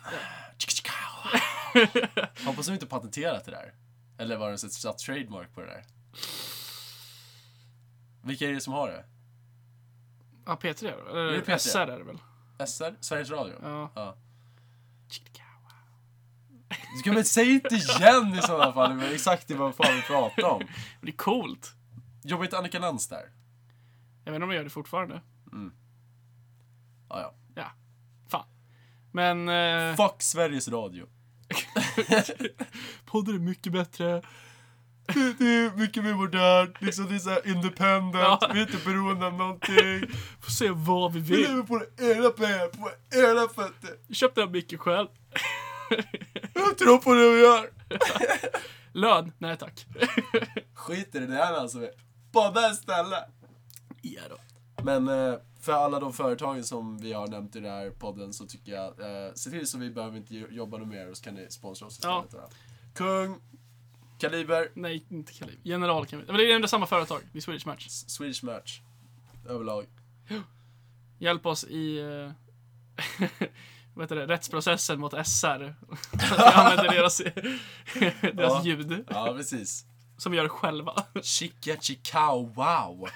Speaker 2: Hoppas de inte patenterat det där. Eller var det ens ett satt trademark på det där? Vilka är det som har det?
Speaker 1: Ja, P3 då?
Speaker 2: Det
Speaker 1: Eller
Speaker 2: är P3.
Speaker 1: SR är det väl?
Speaker 2: SR? Sveriges Radio?
Speaker 1: Ja.
Speaker 2: Ja. Du kan väl säga inte igen i sådana fall, det var exakt det vad fan vi pratade om.
Speaker 1: Men Det är coolt.
Speaker 2: Jobbar inte Annika Lantz där?
Speaker 1: Jag vet inte om jag gör det fortfarande.
Speaker 2: Ah, ja.
Speaker 1: Men... Eh,
Speaker 2: Fuck Sveriges Radio.
Speaker 1: Poddar är mycket bättre.
Speaker 2: Det är mycket mer modernt, liksom det är såhär independent,
Speaker 1: Ja.
Speaker 2: vi är inte beroende av någonting.
Speaker 1: Får se vad vi
Speaker 2: Vi
Speaker 1: vill.
Speaker 2: lever på våra egna pengar, på våra egna fötter.
Speaker 1: Jag köpte den mycket själv.
Speaker 2: Jag tror på det vi gör.
Speaker 1: Lön? Nej tack.
Speaker 2: Skit i det där alltså. Podda istället.
Speaker 1: Ja då.
Speaker 2: Men eh, för alla de företagen som vi har nämnt i den här podden så tycker jag, eh, se till så vi behöver inte jo- jobba något mer och så kan ni sponsra oss
Speaker 1: Ja.
Speaker 2: istället. va? Kung, Kaliber,
Speaker 1: Nej, inte Kalib. General kan vi. Men det är ändå samma företag. Det är Swedish Match.
Speaker 2: S- Swedish Match. Överlag.
Speaker 1: Hjälp oss i eh, vad heter det, rättsprocessen mot SR. Att vi använder deras, deras
Speaker 2: Ja.
Speaker 1: ljud
Speaker 2: Ja, precis.
Speaker 1: som vi gör själva.
Speaker 2: Chica chicao wow.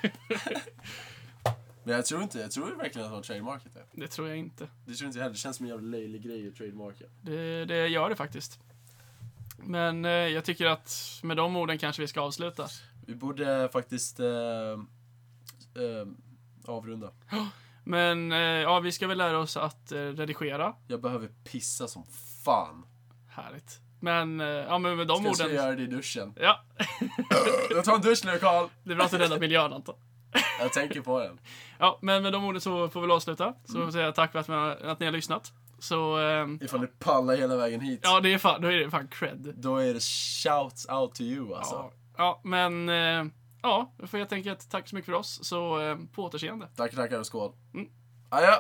Speaker 2: Men jag tror inte, jag tror verkligen att de har trademarkat det.
Speaker 1: Det tror jag inte.
Speaker 2: Det tror inte jag heller. Det känns som en jävla löjlig grej att trademarka.
Speaker 1: Det, det gör det faktiskt. Men eh, jag tycker att med de orden kanske vi ska avsluta.
Speaker 2: Vi borde faktiskt eh, eh, avrunda.
Speaker 1: Men eh, ja, vi ska väl lära oss att eh, redigera.
Speaker 2: Jag behöver pissa som fan.
Speaker 1: Härligt. Men, eh, ja men med de
Speaker 2: Ska jag
Speaker 1: orden.
Speaker 2: ska göra det i duschen.
Speaker 1: Ja,
Speaker 2: Jag tar en dusch nu Karl.
Speaker 1: det är bra att du räddar miljön Anton.
Speaker 2: Jag tänker på den.
Speaker 1: Ja, men med de orden så får vi väl avsluta. Så får vi säga tack för att, man, att ni har lyssnat. Så, eh,
Speaker 2: Ifall du pallar hela vägen hit.
Speaker 1: ja det är fan, då är det fan cred.
Speaker 2: Då är det shouts out to you alltså.
Speaker 1: Ja, ja men, eh, ja, då får jag tänka att tack så mycket för oss. Så eh, på återseende.
Speaker 2: Tack, tackar och skål.
Speaker 1: Mm.
Speaker 2: Adjö!